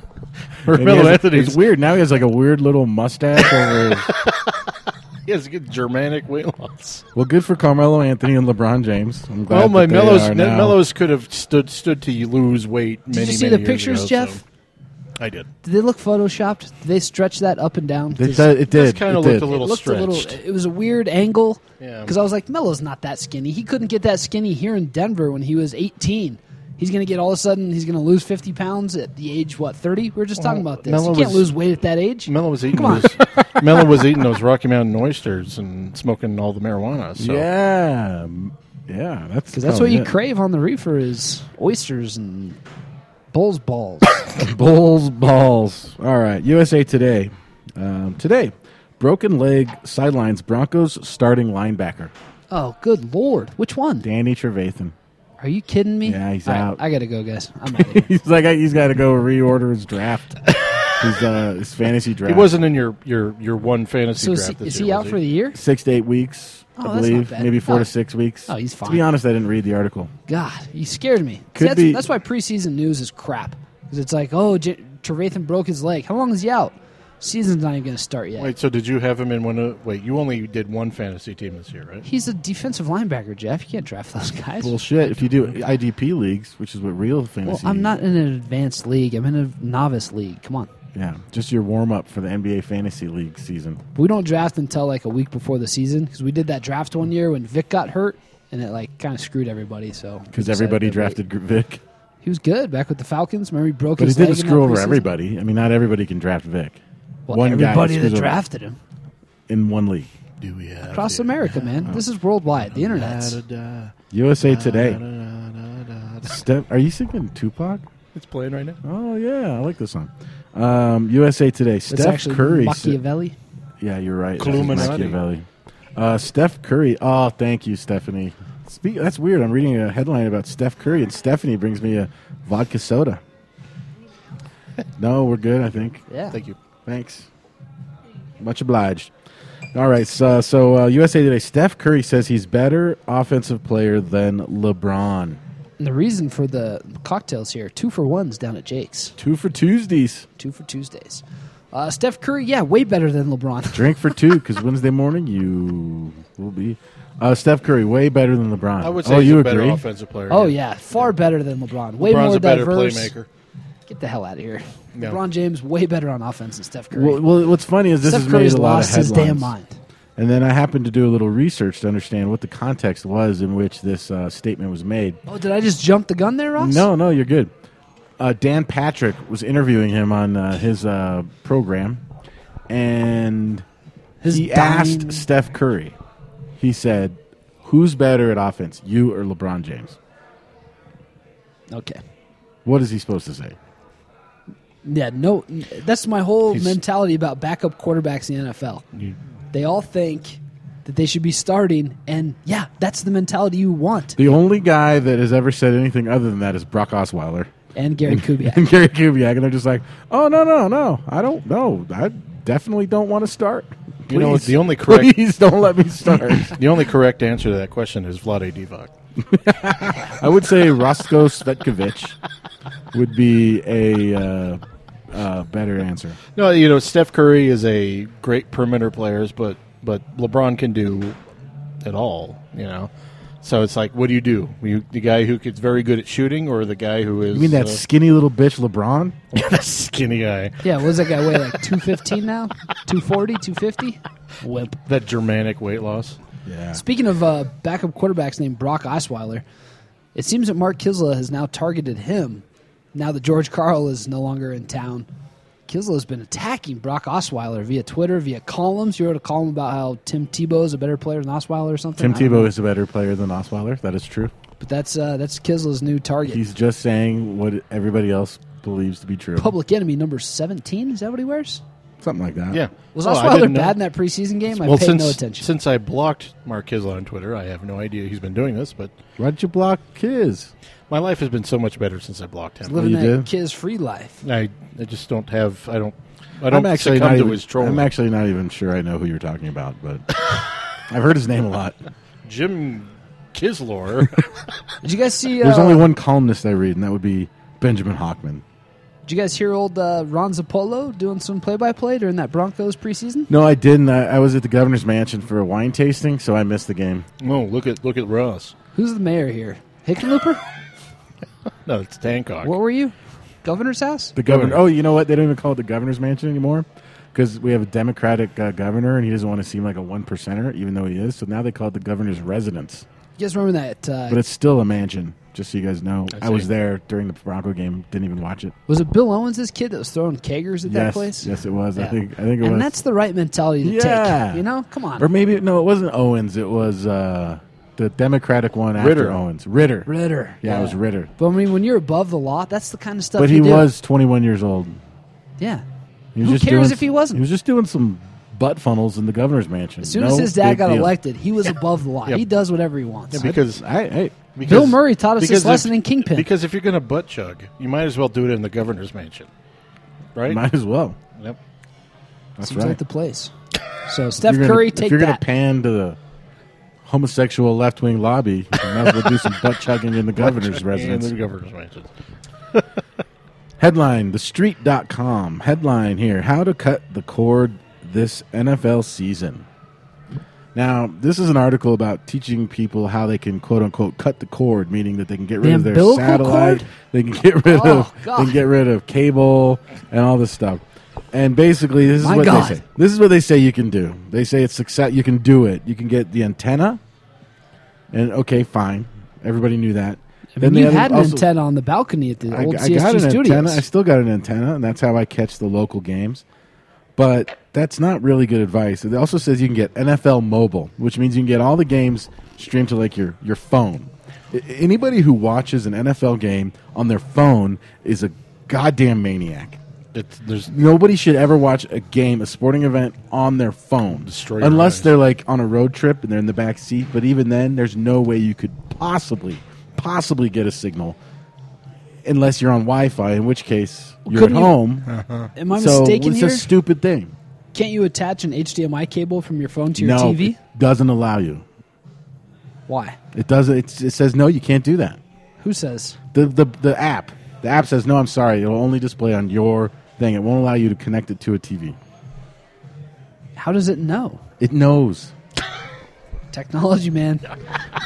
Speaker 1: And he
Speaker 4: Carmelo
Speaker 1: has-
Speaker 4: Anthony's
Speaker 1: It's weird. Now he has like a weird little mustache over his
Speaker 4: He has good Germanic weight loss.
Speaker 1: Well, good for Carmelo Anthony and LeBron James. I'm glad
Speaker 4: Oh my,
Speaker 1: that they
Speaker 4: Mellows,
Speaker 1: are
Speaker 4: Ned
Speaker 1: now.
Speaker 4: Mellows could have stood stood to lose weight. Many,
Speaker 3: Did you see
Speaker 4: many
Speaker 3: the
Speaker 4: years
Speaker 3: pictures,
Speaker 4: ago,
Speaker 3: Jeff?
Speaker 4: so- I did.
Speaker 3: Did they look photoshopped? Did they stretch that up and down?
Speaker 1: It,
Speaker 3: 'Cause
Speaker 1: did- it
Speaker 4: This
Speaker 1: did.
Speaker 4: kind
Speaker 1: it
Speaker 4: of
Speaker 1: did.
Speaker 4: looked a little
Speaker 3: it looked a
Speaker 4: stretched.
Speaker 3: little. It was a weird angle.
Speaker 4: Yeah.
Speaker 3: Because I was like, Melo's not that skinny. He couldn't get that skinny here in Denver when he was 18. He's going to get all of a sudden. He's going to lose 50 pounds at the age what 30? We were just talking about this.
Speaker 4: Melo
Speaker 3: you can't
Speaker 4: was-
Speaker 3: lose weight at that age.
Speaker 4: Mello was eating
Speaker 3: Come on.
Speaker 4: those. Mello was eating those Rocky Mountain oysters and smoking all the marijuana. So.
Speaker 1: Yeah, m- Oh, yeah. That's
Speaker 3: Because that's what you
Speaker 1: probably
Speaker 3: crave on the reefer is oysters and bull's balls.
Speaker 1: it. Bulls balls. All right, USA Today. Um, today, broken leg sidelines Broncos starting linebacker
Speaker 3: oh, good lord! Which one?
Speaker 1: Danny Trevathan.
Speaker 3: Are you kidding me?
Speaker 1: Yeah, he's
Speaker 3: All right,
Speaker 1: out.
Speaker 3: I gotta go, guys. I'm out of here.
Speaker 1: He's like he's got to go reorder his draft. his uh, his fantasy draft.
Speaker 4: He wasn't in your, your, your one fantasy
Speaker 3: so is
Speaker 4: draft
Speaker 3: he,
Speaker 4: this
Speaker 3: is
Speaker 4: year,
Speaker 3: he out
Speaker 4: was
Speaker 3: for the year?
Speaker 1: six to eight weeks,
Speaker 3: Oh,
Speaker 1: I
Speaker 3: that's not
Speaker 1: believe,
Speaker 3: bad.
Speaker 1: maybe four
Speaker 3: Oh.
Speaker 1: to six weeks.
Speaker 3: Oh, he's
Speaker 1: To
Speaker 3: fine.
Speaker 1: be honest, I didn't read the article.
Speaker 3: God, you scared me. See,
Speaker 1: Could
Speaker 3: that's,
Speaker 1: be-
Speaker 3: that's why preseason news is crap. Because it's like, oh, J- Trevathan broke his leg. How long is he out? Season's not even going to start yet.
Speaker 4: Wait, so did you have him in one? Of, wait, you only did one fantasy team this year, right?
Speaker 3: He's a defensive linebacker, Jeff. You can't draft those guys.
Speaker 1: Bullshit. If you do IDP leagues, which is what real
Speaker 3: Well,
Speaker 1: fantasy.
Speaker 3: I'm not in an advanced league. I'm in a novice league. Come on.
Speaker 1: Yeah, just your warm up for the NBA fantasy league season.
Speaker 3: We don't draft until like a week before the season because we did that draft one year when Vic got hurt and it like kind of screwed everybody. So
Speaker 1: Because
Speaker 3: we decided
Speaker 1: everybody
Speaker 3: to wait.
Speaker 1: drafted Gr- Vic,
Speaker 3: He was good back with the Falcons. Remember he broke
Speaker 1: but he
Speaker 3: his
Speaker 1: didn't
Speaker 3: leg in that
Speaker 1: screw over
Speaker 3: preseason?
Speaker 1: everybody. I mean, not everybody can draft Vic.
Speaker 3: Well,
Speaker 1: guy
Speaker 3: everybody
Speaker 1: screws
Speaker 3: that
Speaker 1: over
Speaker 3: drafted him
Speaker 1: in one league.
Speaker 4: Do we have
Speaker 3: across America, man. This is worldwide. The internet's
Speaker 1: USA Today. Step, are you singing Tupac?
Speaker 4: It's playing right now.
Speaker 1: Oh yeah, I like this song. Um, USA Today.
Speaker 3: It's
Speaker 1: Steph
Speaker 3: actually
Speaker 1: Curry.
Speaker 3: Machiavelli.
Speaker 1: Yeah, you're right. That is
Speaker 4: Cluminati.
Speaker 1: Machiavelli. Uh, Steph Curry. Oh, thank you, Stephanie. Speak, that's weird. I'm reading a headline about Steph Curry, and Stephanie brings me a vodka soda. No, we're good, I think.
Speaker 3: Yeah.
Speaker 4: Thank you.
Speaker 1: Thanks. Much obliged. All right, so, so uh, USA Today, Steph Curry says he's better offensive player than LeBron.
Speaker 3: And the reason for the cocktails here, two for ones down at Jake's,
Speaker 1: Two for Tuesdays.
Speaker 3: two for Tuesdays. Uh, Steph Curry, yeah, way better than LeBron.
Speaker 1: Drink for two, because Wednesday morning you will be. Uh, Steph Curry, way better than LeBron.
Speaker 4: I would say
Speaker 1: oh,
Speaker 4: he's
Speaker 1: you
Speaker 4: a
Speaker 1: agree?
Speaker 4: better offensive player.
Speaker 3: Oh yeah, far better than LeBron. Way
Speaker 4: LeBron's
Speaker 3: more
Speaker 4: a better
Speaker 3: diverse.
Speaker 4: playmaker.
Speaker 3: Get the hell out of here.
Speaker 4: No.
Speaker 3: LeBron James way better on offense than Steph Curry.
Speaker 1: Well, well, what's funny is this
Speaker 3: Steph
Speaker 1: has made
Speaker 3: Curry's
Speaker 1: a lot
Speaker 3: lost
Speaker 1: of
Speaker 3: his
Speaker 1: headlines.
Speaker 3: damn mind.
Speaker 1: And then I happened to do a little research to understand what the context was in which this uh, statement was made.
Speaker 3: Oh, did I just jump the gun there, Ross?
Speaker 1: No, no, you're good. Uh, Dan Patrick was interviewing him on uh, his uh, program, and
Speaker 3: His
Speaker 1: he
Speaker 3: dying-
Speaker 1: asked Steph Curry. He said, "Who's better at offense, you or LeBron James?"
Speaker 3: Okay.
Speaker 1: What is he supposed to say?
Speaker 3: Yeah, no. That's my whole
Speaker 4: He's-
Speaker 3: mentality about backup quarterbacks in the NFL. They all think that they should be starting, and yeah, that's the mentality you want.
Speaker 1: The only guy that has ever said anything other than that is Brock Osweiler.
Speaker 3: And Gary
Speaker 1: and
Speaker 3: Kubiak.
Speaker 1: Gary Kubiak, and they're just like, "Oh no, no, no! I don't know. I definitely don't want to start.
Speaker 4: You know,
Speaker 1: Please.
Speaker 4: the only correct-
Speaker 1: please don't let me start.
Speaker 4: The only correct answer to that question is Vlade Divac.
Speaker 1: I would say Roscoe Svetkovich would be a uh, uh, better answer.
Speaker 4: No, you know Steph Curry is a great perimeter player, but but LeBron can do it all. You know, So it's like, what do you do? You, the guy who is very good at shooting, or the guy who is
Speaker 1: You mean that
Speaker 4: uh,
Speaker 1: skinny little bitch LeBron?
Speaker 4: that skinny guy,
Speaker 3: Yeah, what does that guy weigh? Like 215 now? 240, 250? Wimp.
Speaker 4: that Germanic weight loss?
Speaker 1: Yeah.
Speaker 3: Speaking of uh, backup quarterbacks named Brock Osweiler, it seems that Mark Kisla has now targeted him now that George Carl is no longer in town. Kisla has been attacking Brock Osweiler via Twitter, via columns. You wrote a column about how Tim Tebow is a better player than Osweiler or something.
Speaker 1: Tim
Speaker 3: I don't know.
Speaker 1: Tebow is a better player than Osweiler. That is true.
Speaker 3: But that's uh, that's Kisla's new target.
Speaker 1: He's just saying what everybody else believes to be true.
Speaker 3: Public enemy number 17. Is that what he wears?
Speaker 1: Something like that.
Speaker 4: Yeah.
Speaker 3: Was
Speaker 4: Oh, I
Speaker 3: Osweiler
Speaker 4: didn't know.
Speaker 3: bad in that preseason game? I
Speaker 4: well,
Speaker 3: paid
Speaker 4: since
Speaker 3: no attention.
Speaker 4: since I blocked Mark Kisla on Twitter, I have no idea he's been doing this, but
Speaker 1: Why'd you block Kiz?
Speaker 4: my life has been so much better since I blocked him.
Speaker 3: Living
Speaker 1: you
Speaker 3: that
Speaker 1: did?
Speaker 3: kids free life.
Speaker 4: I, I just don't have I don't I don't succumb
Speaker 1: not
Speaker 4: to
Speaker 1: even,
Speaker 4: his trolling.
Speaker 1: I'm actually not even sure I know who you're talking about, but I've heard his name a lot.
Speaker 4: Jim Kislor.
Speaker 3: Did you guys see?
Speaker 1: There's
Speaker 3: uh,
Speaker 1: only one columnist I read, and that would be Benjamin Hockman.
Speaker 3: Did you guys hear old uh, Ron Zapolo doing some play-by-play during that Broncos preseason?
Speaker 1: No, I didn't. I, I was at the governor's mansion for a wine tasting, so I missed the game.
Speaker 4: oh, look at look at Ross.
Speaker 3: Who's the mayor here? Hickenlooper?
Speaker 4: No, it's Tancock.
Speaker 3: what were you? Governor's house?
Speaker 1: The governor. Oh, you know what? They don't even call it the governor's mansion anymore because we have a Democratic uh, governor, and he doesn't want to seem like a one percenter, even though he is. So now they call it the governor's residence,
Speaker 3: You guys remember that? Uh,
Speaker 1: but it's still a mansion. Just so you guys know, I,
Speaker 4: see.
Speaker 1: was there during the Bronco game. Didn't even watch it.
Speaker 3: was it Bill Owens' kid that was throwing keggers at that
Speaker 1: yes,
Speaker 3: place?
Speaker 1: yes, it was. I
Speaker 3: Yeah.
Speaker 1: think. I think it
Speaker 3: and
Speaker 1: was.
Speaker 3: that's the right mentality to
Speaker 1: yeah,
Speaker 3: take. You know, come on.
Speaker 1: Or maybe no, it wasn't Owens. It was uh, the Democratic one
Speaker 4: Ritter.
Speaker 1: after Owens. Ritter.
Speaker 3: Ritter.
Speaker 1: Yeah, it was Ritter.
Speaker 3: But I mean, when you're above the law, that's the kind of stuff.
Speaker 1: But he
Speaker 3: you do.
Speaker 1: was 21 years old.
Speaker 3: Yeah.
Speaker 1: He was
Speaker 3: Who
Speaker 1: just
Speaker 3: cares
Speaker 1: doing
Speaker 3: if he wasn't?
Speaker 1: He was just doing some butt funnels in the governor's mansion.
Speaker 3: As soon as his dad got elected, he was above the law.
Speaker 4: Yeah.
Speaker 3: He does whatever he wants.
Speaker 4: because
Speaker 1: I, hey,
Speaker 4: Because-
Speaker 3: Bill Murray taught us
Speaker 4: because
Speaker 3: this lesson in Kingpin.
Speaker 4: Because if you're going to butt chug, you might as well do it in the governor's mansion, right?
Speaker 1: might as well.
Speaker 4: yep.
Speaker 1: That's
Speaker 3: Seems
Speaker 1: right.
Speaker 3: like the place. So Steph
Speaker 1: If you're gonna-
Speaker 3: Curry,
Speaker 1: if
Speaker 3: take
Speaker 1: you're
Speaker 3: that.
Speaker 1: gonna pan to the homosexual left wing lobby, you might as well do some butt chugging in the governor's residence.
Speaker 4: In the governor's mansion.
Speaker 1: Headline, thestreet.com. Headline here How to cut the cord this NFL season. Now, this is an article about teaching people how they can quote unquote cut the cord, meaning that they can get rid
Speaker 3: The
Speaker 1: of their
Speaker 3: umbilical
Speaker 1: satellite,
Speaker 3: cord?
Speaker 1: they can get rid
Speaker 3: Oh,
Speaker 1: of they
Speaker 3: God.
Speaker 1: can get rid of cable and all this stuff. And basically this is
Speaker 3: My
Speaker 1: what
Speaker 3: God.
Speaker 1: they say. This is what they say you can do. They say it's success you can do it. You can get the antenna and okay, fine. Everybody knew that.
Speaker 3: I mean, you
Speaker 1: the other-
Speaker 3: had an
Speaker 1: also-
Speaker 3: antenna on the balcony at the
Speaker 1: I,
Speaker 3: old
Speaker 1: I
Speaker 3: CSG
Speaker 1: got an
Speaker 3: studios.
Speaker 1: antenna. I still got an antenna, and that's how I catch the local games. But that's not really good advice. It also says you can get NFL Mobile, which means you can get all the games streamed to like your your phone. I- anybody who watches an NFL game on their phone is a goddamn maniac.
Speaker 4: It's, there's
Speaker 1: Nobody should ever watch a game, a sporting event, on their phone,
Speaker 4: Destroy your
Speaker 1: unless
Speaker 4: eyes.
Speaker 1: they're like on a road trip and they're in the back seat. But even then, there's no way you could possibly, possibly get a signal, unless you're on Wi-Fi. In which case, you're at
Speaker 3: couldn't you- Uh-huh.
Speaker 1: home.
Speaker 3: Am I
Speaker 1: so
Speaker 3: mistaken
Speaker 1: it's
Speaker 3: here?
Speaker 1: a stupid thing.
Speaker 3: Can't you attach an HDMI cable from your phone to your
Speaker 1: no,
Speaker 3: TV?
Speaker 1: it doesn't allow you.
Speaker 3: Why?
Speaker 1: It doesn't. It, it says no. You can't do that.
Speaker 3: Who says?
Speaker 1: The the the app. The app says no. I'm sorry. It'll only display on your thing. It won't allow you to connect it to a TV.
Speaker 3: How does it know?
Speaker 1: It knows.
Speaker 3: Technology, man.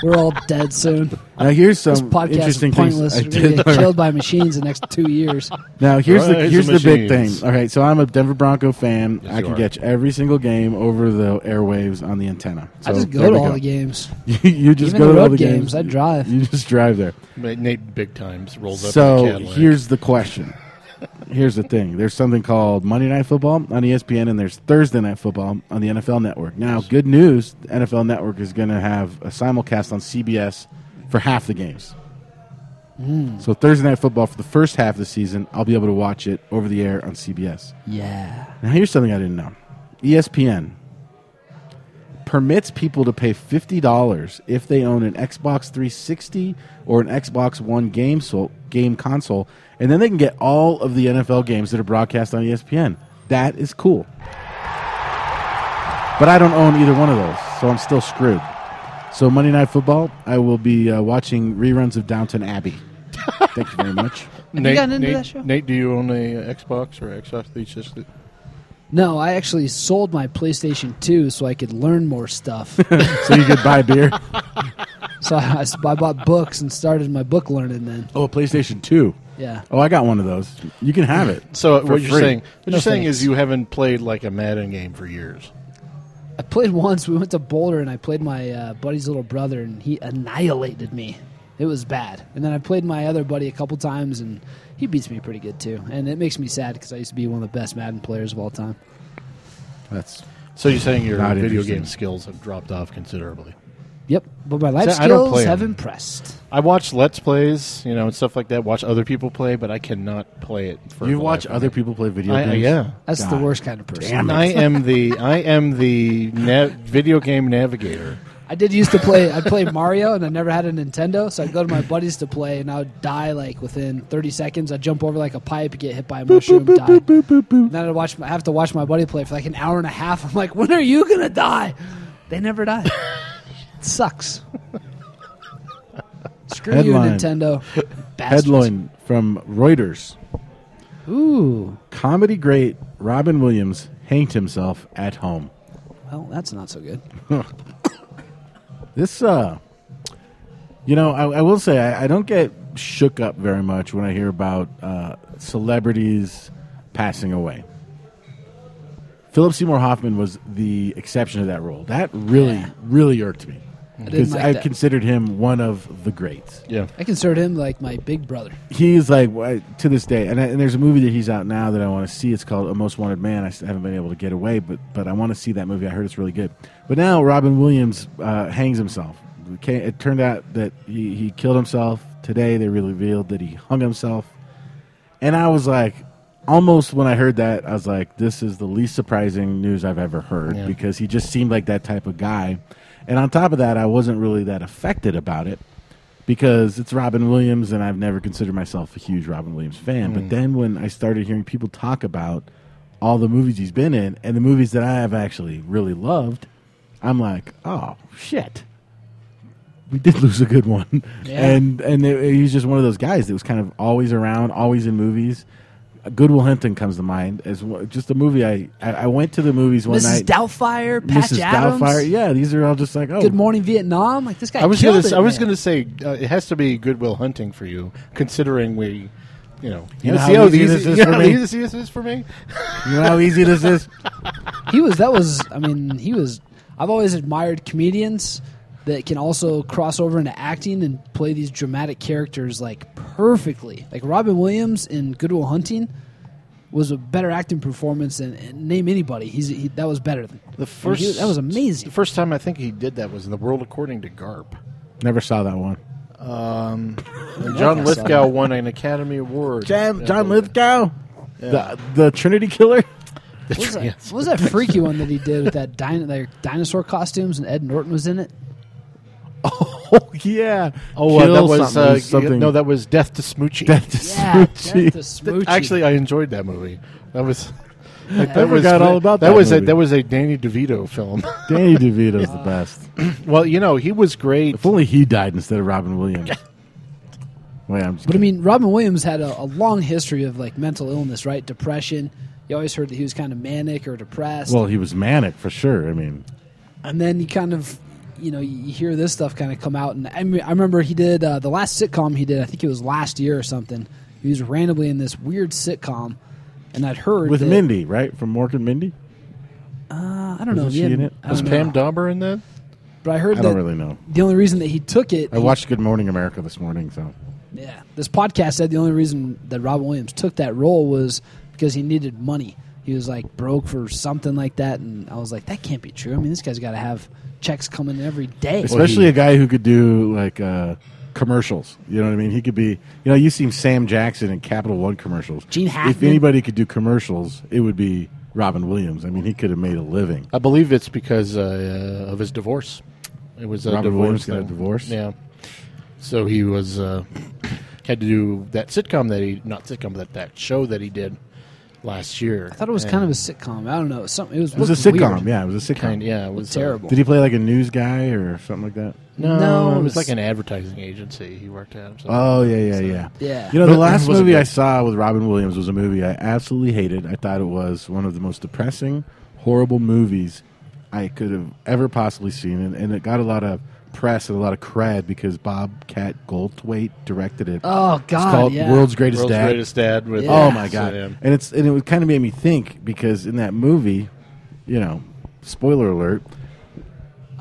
Speaker 3: We're all dead soon.
Speaker 1: Now here's
Speaker 3: This
Speaker 1: some
Speaker 3: podcast
Speaker 1: Um, interesting
Speaker 3: is pointless.
Speaker 1: things I
Speaker 3: We're gonna
Speaker 1: did
Speaker 3: get
Speaker 1: learn.
Speaker 3: killed by machines the next two years.
Speaker 1: Now here's the
Speaker 4: Rise
Speaker 1: here's
Speaker 4: the
Speaker 1: the big thing.
Speaker 4: machines.
Speaker 1: Okay, so I'm a Denver Bronco fan.
Speaker 4: Yes,
Speaker 1: I
Speaker 4: you
Speaker 1: can
Speaker 4: are.
Speaker 1: catch every single game over the airwaves on the antenna. So
Speaker 3: I just go
Speaker 1: there
Speaker 3: to
Speaker 1: we
Speaker 3: all the games.
Speaker 1: You, you just
Speaker 3: Even
Speaker 1: go
Speaker 3: the
Speaker 1: to all
Speaker 3: road
Speaker 1: the
Speaker 3: games,
Speaker 1: games.
Speaker 3: I drive.
Speaker 1: You just drive there.
Speaker 4: Nate big times rolls up. in
Speaker 1: So
Speaker 4: a Cadillac.
Speaker 1: here's the question. Here's the thing. There's something called Monday Night Football on E ESPN, and there's Thursday Night Football on the NFL Network. Now, good news: the NFL Network is going to have a simulcast on CBS for half the games.
Speaker 4: Hmm.
Speaker 1: So Thursday Night Football for the first half of the season, I'll be able to watch it over the air on CBS.
Speaker 3: Yeah.
Speaker 1: Now, here's something I didn't know E ESPN permits people to pay $50 if they own an Xbox 360 or an Xbox One game, so- game console, and then they can get all of the NFL games that are broadcast on E ESPN. That is cool. But I don't own either one of those, so I'm still screwed. So, Monday Night Football, I will be uh, watching reruns of Downton Abbey. Thank you very much.
Speaker 4: Nate,
Speaker 3: gotten into
Speaker 4: Nate,
Speaker 3: that show?
Speaker 4: Nate, do you own a uh, Xbox or Xbox? They just-
Speaker 3: No, I actually sold my PlayStation 2 so I could learn more stuff.
Speaker 1: So, you could buy beer.
Speaker 3: so I, s- I bought books and started my book learning then.
Speaker 1: Oh, a PlayStation Two.
Speaker 3: Yeah.
Speaker 1: Oh, I got one of those. You can have it.
Speaker 4: So
Speaker 1: for
Speaker 4: what you're
Speaker 1: free.
Speaker 4: saying, what
Speaker 3: No
Speaker 4: you're saying
Speaker 3: thanks.
Speaker 4: is you haven't played like a Madden game for years.
Speaker 3: I played once. We went to Boulder and I played my uh, buddy's little brother and he annihilated me. It was bad. And then I played my other buddy a couple times and he beats me pretty good too. And it makes me sad because I used to be one of the best Madden players of all time.
Speaker 1: that's
Speaker 4: So you're saying your
Speaker 1: Not
Speaker 4: video
Speaker 1: interested.
Speaker 4: game skills have dropped off considerably.
Speaker 3: Yep. But my life
Speaker 4: See, I don't
Speaker 3: skills
Speaker 4: play
Speaker 3: have
Speaker 4: 'em.
Speaker 3: impressed.
Speaker 4: I watch Let's Plays, you know, and stuff like that. Watch other people play, but I cannot play it. For
Speaker 1: you
Speaker 4: the
Speaker 1: watch
Speaker 4: life of
Speaker 1: other
Speaker 4: me.
Speaker 1: people play video
Speaker 4: I- I-
Speaker 1: games.
Speaker 4: yeah.
Speaker 3: That's the
Speaker 1: God.
Speaker 3: worst kind of person.
Speaker 1: Damn it.
Speaker 4: I am the I am the nav- video game navigator.
Speaker 3: I did used to play. I played Mario, and I never had a Nintendo, so I'd go to my buddies to play, and I would die like within 30 seconds. I'd jump over like a pipe, get hit by a mushroom, die. And then I'd watch. I have to watch my buddy play for like an hour and a half. I'm like, when are you gonna die? They never die. it sucks. Screw you,
Speaker 1: Headline.
Speaker 3: Nintendo. Bastards.
Speaker 1: Headline from Reuters:
Speaker 3: Ooh.
Speaker 1: Comedy great Robin Williams hanged himself at home.
Speaker 3: Well, that's not so good.
Speaker 1: This, uh, you know, I, I will say I, I don't get shook up very much when I hear about uh, celebrities passing away. Philip Seymour Hoffman was the exception to that rule. That really,
Speaker 3: Yeah.
Speaker 1: really irked me because
Speaker 3: like
Speaker 1: I
Speaker 3: that.
Speaker 1: considered him one of the greats.
Speaker 4: Yeah,
Speaker 3: I considered him like my big brother.
Speaker 1: He's like wh- to this day, and, I, and there's a movie that he's out now that I want to see. It's called A Most Wanted Man. I s- haven't been able to get away, but but I want to see that movie. I heard it's really good. But now Robin Williams uh, hangs himself. It ca- It turned out that he, he killed himself. Today they revealed that he hung himself, and I was like, almost when I heard that, I was like, this is the least surprising news I've ever heard
Speaker 4: Yeah.
Speaker 1: because he just seemed like that type of guy. And on top of that, I wasn't really that affected about it because it's Robin Williams, and I've never considered myself a huge Robin Williams fan.
Speaker 3: Mm.
Speaker 1: But then when I started hearing people talk about all the movies he's been in and the movies that I have actually really loved, I'm like, oh shit, we did lose a good one.
Speaker 3: Yeah.
Speaker 1: And and it, he's just one of those guys that was kind of always around, always in movies. Goodwill Hunting comes to mind as one- just a movie I, I I went to the movies one
Speaker 3: Mrs.
Speaker 1: night.
Speaker 3: Doubtfire, Patch
Speaker 1: Mrs.
Speaker 3: Adams,
Speaker 1: Doubtfire, yeah, these are all just like oh
Speaker 3: Good Morning Vietnam. Like this guy.
Speaker 4: I was
Speaker 3: killed
Speaker 4: gonna s-
Speaker 3: it,
Speaker 4: I was
Speaker 3: man.
Speaker 4: gonna say uh, it has to be Goodwill Hunting for you, considering we, you know,
Speaker 1: You know
Speaker 4: see
Speaker 1: how easy this
Speaker 4: you
Speaker 1: is
Speaker 4: know
Speaker 1: for
Speaker 4: how
Speaker 1: me?
Speaker 4: easy this is for me.
Speaker 1: You know how easy this is.
Speaker 3: he was that was i mean he was i've always admired comedians that can also cross over into acting and play these dramatic characters like perfectly like robin williams in goodwill hunting was a better acting performance than and name anybody he's he, that was better than
Speaker 4: The
Speaker 3: I mean,
Speaker 4: first
Speaker 3: he- that was amazing
Speaker 4: The first time I think he did that was in the World According to Garp.
Speaker 1: Never saw that one.
Speaker 4: And John
Speaker 3: I saw
Speaker 4: Lithgow
Speaker 3: that.
Speaker 4: won an Academy Award.
Speaker 1: Jam,
Speaker 4: Yeah,
Speaker 1: John
Speaker 4: for-
Speaker 1: Lithgow, the the Trinity Killer.
Speaker 3: what was, that,
Speaker 4: Yes.
Speaker 3: what was that freaky one that he did with that din- like dinosaur costumes and ed norton was in it
Speaker 1: Oh yeah.
Speaker 4: Oh, uh,
Speaker 1: Kill
Speaker 4: that was
Speaker 1: something,
Speaker 4: uh,
Speaker 1: something.
Speaker 4: no, that was Death to Smoochie.
Speaker 1: Death to Smoochie.
Speaker 3: yeah that's Ah, the
Speaker 4: Th-
Speaker 3: smoochie.
Speaker 4: Actually, I enjoyed that movie. That was. Like, that
Speaker 1: forgot all about that
Speaker 4: was
Speaker 1: movie.
Speaker 4: a that was a Danny DeVito film.
Speaker 1: Danny DeVito's the best.
Speaker 4: well, you know he was great.
Speaker 1: If only he died instead of Robin Williams. Wait, I'm just
Speaker 3: But I
Speaker 1: kidding.
Speaker 3: mean, Robin Williams had a, a long history of like mental illness, right? Depression. You always heard that he was kind of manic or depressed,
Speaker 1: well, he was manic for sure. I mean,
Speaker 3: and then you kind of, you know, you hear this stuff kind of come out. And I, mean, I remember he did uh, the last sitcom he did. I think it was last year or something. He was randomly in this weird sitcom, and I'd heard
Speaker 1: with
Speaker 3: that-
Speaker 1: Mindy, right from Mork and Mindy.
Speaker 3: I don't know.
Speaker 1: Wasn't
Speaker 3: he
Speaker 1: she
Speaker 3: had-
Speaker 1: in it?
Speaker 3: I
Speaker 4: was
Speaker 3: don't know.
Speaker 4: Pam Dauber in that?
Speaker 3: But I heard
Speaker 1: I don't
Speaker 3: that
Speaker 1: really know.
Speaker 3: the only reason that he took it,
Speaker 1: I watched Good Morning America this morning, so
Speaker 3: Yeah. This podcast said the only reason that Robin Williams took that role was because he needed money. He was like broke for something like that, and I was like, that can't be true. I mean, this guy's got to have checks coming every day.
Speaker 1: especially a guy who could do like uh, commercials. You know what I mean? He could be. You know, you seen Sam Jackson in Capital One commercials.
Speaker 3: Gene
Speaker 1: If
Speaker 3: Hackman.
Speaker 1: anybody could do commercials, it would be Robin Williams. I mean, he could have made a living.
Speaker 4: I believe it's because uh, uh, of his divorce. It was uh, a
Speaker 1: Robin
Speaker 4: divorce.
Speaker 1: Williams got a
Speaker 4: thing.
Speaker 1: divorce?
Speaker 4: Yeah. So he was uh, had to do that sitcom that he not sitcom but that show that he did last year.
Speaker 3: I thought it was kind of a sitcom. I don't know. Something. It was.
Speaker 1: It was a
Speaker 3: looked
Speaker 1: sitcom.
Speaker 3: weird.
Speaker 1: Yeah, it was a sitcom.
Speaker 4: kind. Yeah, it was uh,
Speaker 3: terrible.
Speaker 1: Did he play like a news guy or something like that?
Speaker 4: no,
Speaker 3: No,
Speaker 4: it was
Speaker 3: it was-
Speaker 4: like an advertising agency he worked at. or something.
Speaker 1: Oh yeah, yeah, yeah.
Speaker 3: Yeah.
Speaker 1: You know, the
Speaker 4: But-
Speaker 1: last
Speaker 4: wasn't
Speaker 1: movie
Speaker 4: good.
Speaker 1: I saw with Robin Williams was a movie I absolutely hated. I thought it was one of the most depressing, horrible movies I could have ever possibly seen, and, and it got a lot of press and a lot of crad because Bobcat Goldthwait directed it.
Speaker 3: Oh, God,
Speaker 1: It's called
Speaker 3: yeah.
Speaker 1: World's Greatest
Speaker 4: World's
Speaker 1: Dad.
Speaker 4: greatest dad with uh,
Speaker 1: Oh my god!
Speaker 4: Yeah.
Speaker 1: And it's and it kind of made me think because in that movie, you know, spoiler alert,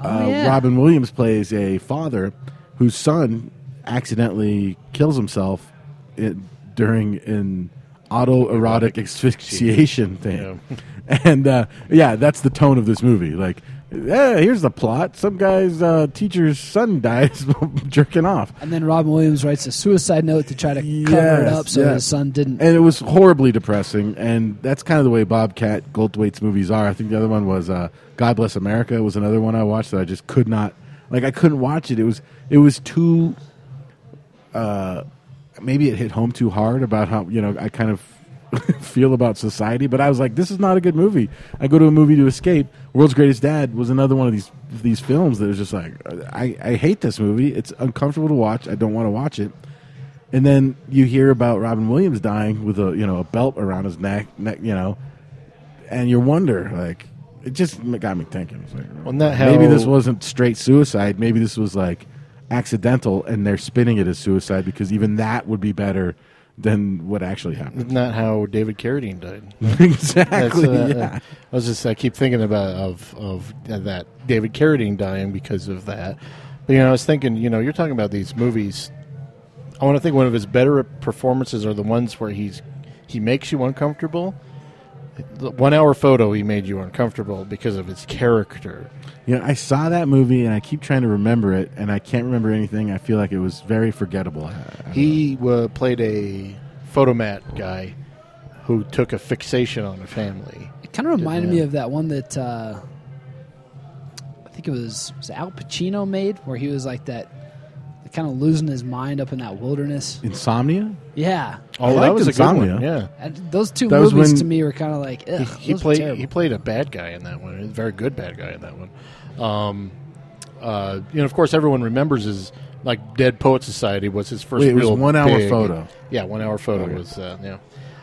Speaker 1: uh,
Speaker 3: Oh, yeah.
Speaker 1: Robin Williams plays a father whose son accidentally kills himself in, during an autoerotic asphyxiation thing, and uh, yeah, that's the tone of this movie. Like. Yeah, here's the plot. Some guy's uh, teacher's son dies jerking off.
Speaker 3: And then Robin Williams writes a suicide note to try to cover it
Speaker 1: Yes,
Speaker 3: up so
Speaker 1: yes.
Speaker 3: his son didn't.
Speaker 1: And it was horribly depressing. And that's kind of the way Bobcat Goldthwait's movies are. I think the other one was uh, God Bless America was another one I watched that I just could not like. I couldn't watch it. It was it was too. Uh, maybe it hit home too hard about how you know I kind of feel about society. But I was like, this is not a good movie. I go to a movie to escape. World's Greatest Dad was another one of these these films that was just like I, I hate this movie. It's uncomfortable to watch. I don't want to watch it. And then you hear about Robin Williams dying with a you know a belt around his neck, neck you know, and you wonder like it just m- got me thinking. It's like,
Speaker 4: Well, not
Speaker 1: maybe
Speaker 4: how-
Speaker 1: this wasn't straight suicide. Maybe this was like accidental, and they're spinning it as suicide because even that would be better than what actually happened.
Speaker 4: Not how David Carradine died. Mm-hmm. That's,
Speaker 1: exactly.
Speaker 4: uh,
Speaker 1: yeah.
Speaker 4: I was just I keep thinking about of of uh, that David Carradine dying because of that. But you know, I was thinking, you know, you're talking about these movies. I want to think one of his better performances are the ones where he's he makes you uncomfortable. The one hour photo he made you uncomfortable because of his character.
Speaker 1: You know, I saw that movie and I keep trying to remember it, and I can't remember anything. I feel like it was very forgettable. I- I-
Speaker 4: He uh, played a photomat guy who took a fixation on a family.
Speaker 3: It kind of reminded me of that one that uh, I think it was, was Al Pacino made, where he was like that, kind of losing his mind up in that wilderness.
Speaker 1: Insomnia.
Speaker 3: Yeah,
Speaker 1: I
Speaker 4: Oh, that
Speaker 1: liked
Speaker 4: was a good
Speaker 1: Insomnia.
Speaker 4: one. Yeah.
Speaker 3: and those two
Speaker 1: That was
Speaker 3: movies
Speaker 1: when-
Speaker 3: to me were kind of like Ugh,
Speaker 4: he
Speaker 3: those were
Speaker 4: played
Speaker 3: terrible.
Speaker 4: he played a bad guy in that one, a very good bad guy in that one. Um, uh, you know, of course, everyone remembers his like Dead Poet Society was his first.
Speaker 1: Wait, it was
Speaker 4: real
Speaker 1: one-hour
Speaker 4: big-
Speaker 1: photo.
Speaker 4: Yeah, one hour photo was uh, yeah.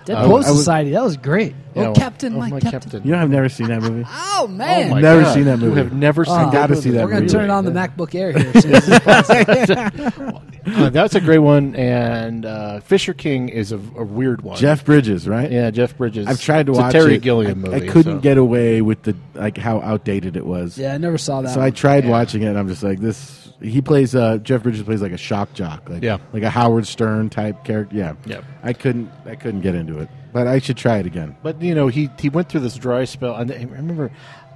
Speaker 3: Dead
Speaker 4: I-
Speaker 3: Poet
Speaker 1: I was-
Speaker 3: Society. That was great.
Speaker 4: Yeah,
Speaker 3: oh, Captain,
Speaker 4: oh,
Speaker 3: my,
Speaker 4: my
Speaker 3: Captain.
Speaker 4: Captain.
Speaker 1: You know, I've never seen that movie.
Speaker 3: Oh man,
Speaker 4: My
Speaker 1: Never
Speaker 4: God.
Speaker 1: seen that
Speaker 4: You
Speaker 1: movie.
Speaker 4: have never seen.
Speaker 3: Oh.
Speaker 4: that
Speaker 1: Gotta see
Speaker 4: movie.
Speaker 1: that
Speaker 3: we're gonna
Speaker 1: movie.
Speaker 3: turn it on the MacBook Air here. as soon as this-
Speaker 4: Uh, that's a great one, and uh, Fisher King is a, a weird one.
Speaker 1: Jeff Bridges, right?
Speaker 4: yeah, Jeff Bridges.
Speaker 1: I've tried to
Speaker 4: It's a
Speaker 1: watch
Speaker 4: Terry
Speaker 1: it.
Speaker 4: Gilliam
Speaker 1: I,
Speaker 4: movie.
Speaker 1: I couldn't
Speaker 4: so.
Speaker 1: get away with the like how outdated it was.
Speaker 3: yeah, I never saw that.
Speaker 1: So I
Speaker 3: one.
Speaker 1: tried watching it, and I'm just like, this. He plays uh, Jeff Bridges plays like a shock jock, like
Speaker 4: Yeah.
Speaker 1: like a Howard Stern type character. Yeah,
Speaker 4: Yep.
Speaker 1: I couldn't, I couldn't get into it, but I should try it again.
Speaker 4: But you know, he he went through this dry spell. And I remember,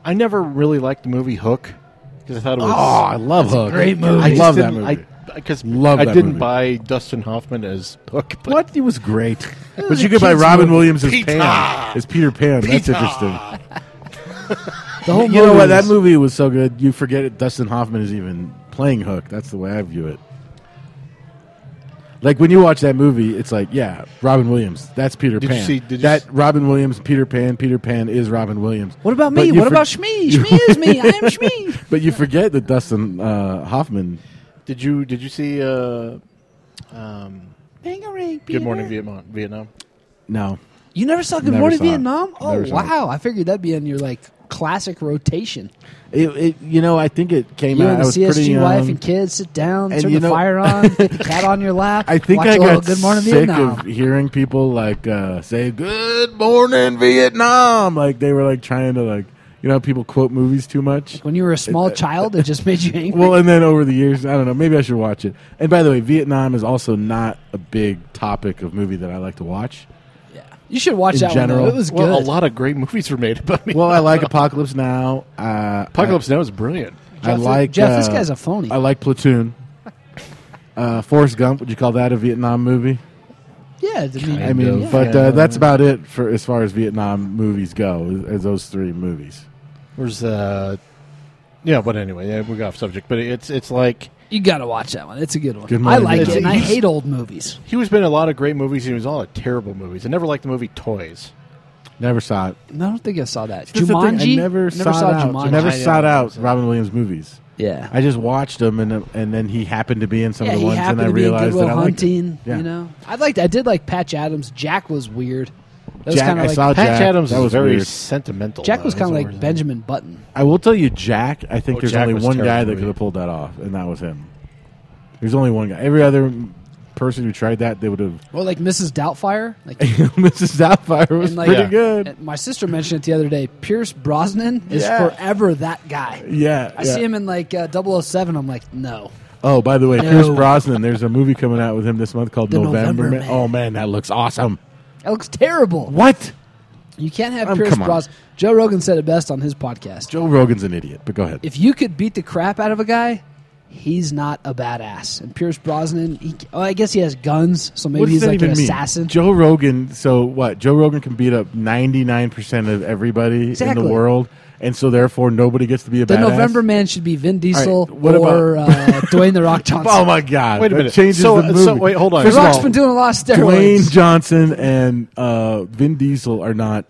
Speaker 4: I never really liked the movie Hook because Oh, I thought it was.
Speaker 1: love Hook.
Speaker 3: great movie.
Speaker 1: I love that movie.
Speaker 4: Because
Speaker 1: Love
Speaker 4: I
Speaker 1: that
Speaker 4: didn't
Speaker 1: movie.
Speaker 4: buy Dustin Hoffman as Hook. But
Speaker 1: what? It was great. but
Speaker 3: was
Speaker 1: you
Speaker 3: a
Speaker 1: could buy
Speaker 3: kid's
Speaker 1: Robin
Speaker 3: movie.
Speaker 1: Williams as
Speaker 4: Peter.
Speaker 1: Pan, as Peter Pan. That's
Speaker 4: Peter.
Speaker 1: interesting.
Speaker 3: the whole
Speaker 1: You know what?
Speaker 3: movie
Speaker 1: That
Speaker 3: was-
Speaker 1: movie was so good. You forget it. Dustin Hoffman is even playing Hook. That's the way I view it. Like when you watch that movie, it's like, yeah, Robin Williams. That's Peter
Speaker 4: Did you
Speaker 1: Pan.
Speaker 4: see- did you
Speaker 1: that
Speaker 4: s-
Speaker 1: Robin Williams, Peter Pan. Peter Pan is Robin Williams.
Speaker 3: What about
Speaker 1: But
Speaker 3: me?
Speaker 1: you
Speaker 3: What
Speaker 1: for-
Speaker 3: about Shmi? Shmi is me. I am Shmi.
Speaker 1: But you forget that Dustin uh, Hoffman.
Speaker 4: did you did you see uh,
Speaker 3: Bangarang,
Speaker 4: Good Morning
Speaker 3: Peter.
Speaker 4: Vietnam? Vietnam.
Speaker 1: No,
Speaker 3: You never saw Good
Speaker 1: Never
Speaker 3: Morning
Speaker 1: saw it.
Speaker 3: Vietnam? Oh
Speaker 1: Never saw
Speaker 3: wow! I figured that'd be in your like classic rotation.
Speaker 1: it, it. You know, I think it came
Speaker 3: You
Speaker 1: out.
Speaker 3: and
Speaker 1: I
Speaker 3: the
Speaker 1: was pretty
Speaker 3: CSG
Speaker 1: young.
Speaker 3: wife and kids sit down,
Speaker 1: and
Speaker 3: turn
Speaker 1: you
Speaker 3: the
Speaker 1: know-
Speaker 3: fire on, get the cat on your lap.
Speaker 1: I think
Speaker 3: watch
Speaker 1: I
Speaker 3: a little
Speaker 1: got
Speaker 3: Good Morning
Speaker 1: sick
Speaker 3: Vietnam.
Speaker 1: of hearing people like uh, say "Good Morning Vietnam." Like they were like trying to like you know how people quote movies too much.
Speaker 3: When you were a small child, it just made you angry.
Speaker 1: Well, and then over the years, I don't know. Maybe I should watch it. And by the way, Vietnam is also not a big topic of movie that I like to watch.
Speaker 3: you should watch
Speaker 1: in
Speaker 3: that one.
Speaker 1: general-
Speaker 3: Though. It was
Speaker 4: Well,
Speaker 3: good.
Speaker 4: a lot of great movies were made about me.
Speaker 1: Well, I like Apocalypse Now. Uh,
Speaker 4: Apocalypse Now is brilliant.
Speaker 1: I, I
Speaker 3: Jeff,
Speaker 1: like
Speaker 3: Jeff, this
Speaker 1: uh,
Speaker 3: guy's a phony.
Speaker 1: I like Platoon. Uh, Forrest Gump. Would you call that a Vietnam movie?
Speaker 3: yeah, I mean,
Speaker 1: I mean,
Speaker 4: of,
Speaker 1: but
Speaker 4: yeah.
Speaker 1: uh, that's about it for as far as Vietnam movies go. As those three movies.
Speaker 4: There's uh, yeah, but anyway, yeah, we got off subject. But it's it's like
Speaker 3: you got to watch that one. It's a good one.
Speaker 1: Good
Speaker 3: I
Speaker 1: Morning
Speaker 3: like it,
Speaker 1: Vietnam.
Speaker 3: and I hate old movies.
Speaker 4: he was been in a lot of great movies. and He was in a lot of terrible movies. I never liked the movie Toys.
Speaker 1: Never saw it.
Speaker 3: No, I don't think I saw that.
Speaker 1: That's the thing,
Speaker 3: Jumanji.
Speaker 1: I never, sought out.
Speaker 3: Jumanji.
Speaker 1: I never
Speaker 4: I
Speaker 1: sought
Speaker 4: know.
Speaker 1: out Robin Williams movies.
Speaker 3: Yeah.
Speaker 1: I just watched them, and and then he happened to be in some
Speaker 3: yeah,
Speaker 1: of the
Speaker 3: he
Speaker 1: ones, and
Speaker 3: happened
Speaker 1: I
Speaker 3: to be in
Speaker 1: realized
Speaker 3: Goodwill
Speaker 1: that I liked it.
Speaker 3: Hunting.
Speaker 1: Yeah.
Speaker 3: You know, I liked. I did like Patch Adams. Jack was weird. was
Speaker 1: Jack,
Speaker 3: kinda
Speaker 1: I
Speaker 3: like-
Speaker 1: saw
Speaker 4: Patch
Speaker 1: Jack.
Speaker 4: Adams
Speaker 1: that
Speaker 4: was
Speaker 1: was
Speaker 4: very
Speaker 1: weird.
Speaker 4: sentimental.
Speaker 3: Jack
Speaker 4: though.
Speaker 3: was kind
Speaker 4: That's
Speaker 3: of
Speaker 4: what
Speaker 3: like
Speaker 4: we're-
Speaker 3: Benjamin Button.
Speaker 1: I will tell you, Jack. I think
Speaker 4: Oh,
Speaker 1: there's
Speaker 4: Jack
Speaker 1: only
Speaker 4: was
Speaker 1: one guy
Speaker 4: terrible.
Speaker 1: that could have pulled that off, and that was him. There's only one guy. Every other person who tried that, they would have.
Speaker 3: Well, like Mrs. Doubtfire. Like,
Speaker 1: Mrs. Doubtfire was
Speaker 3: and like
Speaker 1: pretty
Speaker 4: Yeah.
Speaker 1: good.
Speaker 3: and my sister mentioned it the other day. Pierce Brosnan is
Speaker 1: Yeah.
Speaker 3: forever that guy.
Speaker 1: yeah,
Speaker 3: I
Speaker 1: yeah.
Speaker 3: see him in like uh, 007. I'm like, no.
Speaker 1: Oh, by the way,
Speaker 3: No.
Speaker 1: Pierce Brosnan. There's a movie coming out with him this month called
Speaker 3: The
Speaker 1: November.
Speaker 3: November
Speaker 1: Man.
Speaker 3: Man.
Speaker 1: Oh man, that looks awesome.
Speaker 3: That looks terrible.
Speaker 1: What?
Speaker 3: You can't have
Speaker 1: Um,
Speaker 3: Pierce
Speaker 1: come on.
Speaker 3: Brosnan. Joe Rogan said it best on his podcast.
Speaker 1: Joe Rogan's an idiot, but go ahead.
Speaker 3: if you could beat the crap out of a guy, he's not a badass. And Pierce Brosnan, he, oh, I guess he has guns, so maybe
Speaker 1: what does
Speaker 3: he's
Speaker 1: that
Speaker 3: like an
Speaker 1: even mean?
Speaker 3: assassin.
Speaker 1: Joe Rogan. So what? Joe Rogan can beat up 99 percent of everybody
Speaker 3: Exactly.
Speaker 1: in the world, and so therefore nobody gets to be a
Speaker 3: the
Speaker 1: badass.
Speaker 3: November Man should be Vin Diesel
Speaker 1: All right, what
Speaker 3: or
Speaker 1: about-
Speaker 3: uh, Dwayne the Rock Johnson.
Speaker 1: Oh my God!
Speaker 4: Wait a
Speaker 1: That
Speaker 4: minute.
Speaker 1: Changes
Speaker 4: So-
Speaker 1: the movie.
Speaker 4: so wait, hold on.
Speaker 3: The
Speaker 1: First of
Speaker 3: Rock's
Speaker 1: all,
Speaker 3: been doing a lot of
Speaker 1: Dwayne
Speaker 3: steroids.
Speaker 1: Johnson and uh, Vin Diesel are not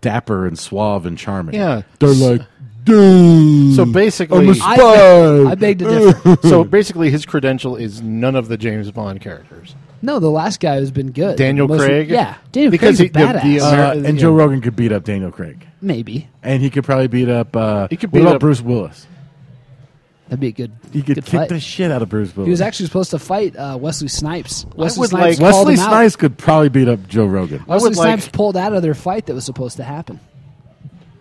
Speaker 1: dapper and suave and charming.
Speaker 4: Yeah.
Speaker 1: they're like, dude.
Speaker 4: So basically-
Speaker 1: I'm a
Speaker 3: I,
Speaker 1: spy.
Speaker 3: beg, I beg to differ.
Speaker 4: so basically, his credential is none of the James Bond characters.
Speaker 3: no, the last guy who's been good,
Speaker 4: Daniel
Speaker 3: Most-
Speaker 4: Craig?
Speaker 3: Yeah, Daniel
Speaker 4: Because
Speaker 3: Craig's a
Speaker 4: he- the-
Speaker 3: badass.
Speaker 4: the, uh,
Speaker 1: Uh,
Speaker 4: Ameri-
Speaker 1: and Joe Rogan could beat up Daniel Craig,
Speaker 3: Maybe
Speaker 1: and he could probably beat up. Uh,
Speaker 4: He could
Speaker 1: what
Speaker 4: beat
Speaker 1: about
Speaker 4: up-
Speaker 1: Bruce Willis.
Speaker 3: that'd be a good.
Speaker 1: He could
Speaker 3: good
Speaker 1: kick
Speaker 3: fight.
Speaker 1: the shit out of Bruce Willis.
Speaker 3: He was actually supposed to fight uh, Wesley Snipes. Wesley
Speaker 4: would
Speaker 3: Snipes
Speaker 4: like-
Speaker 3: called
Speaker 1: Wesley
Speaker 3: him out.
Speaker 1: Snipes could probably beat up Joe Rogan.
Speaker 3: Wesley
Speaker 4: would like-
Speaker 3: Snipes pulled out of their fight that was supposed to happen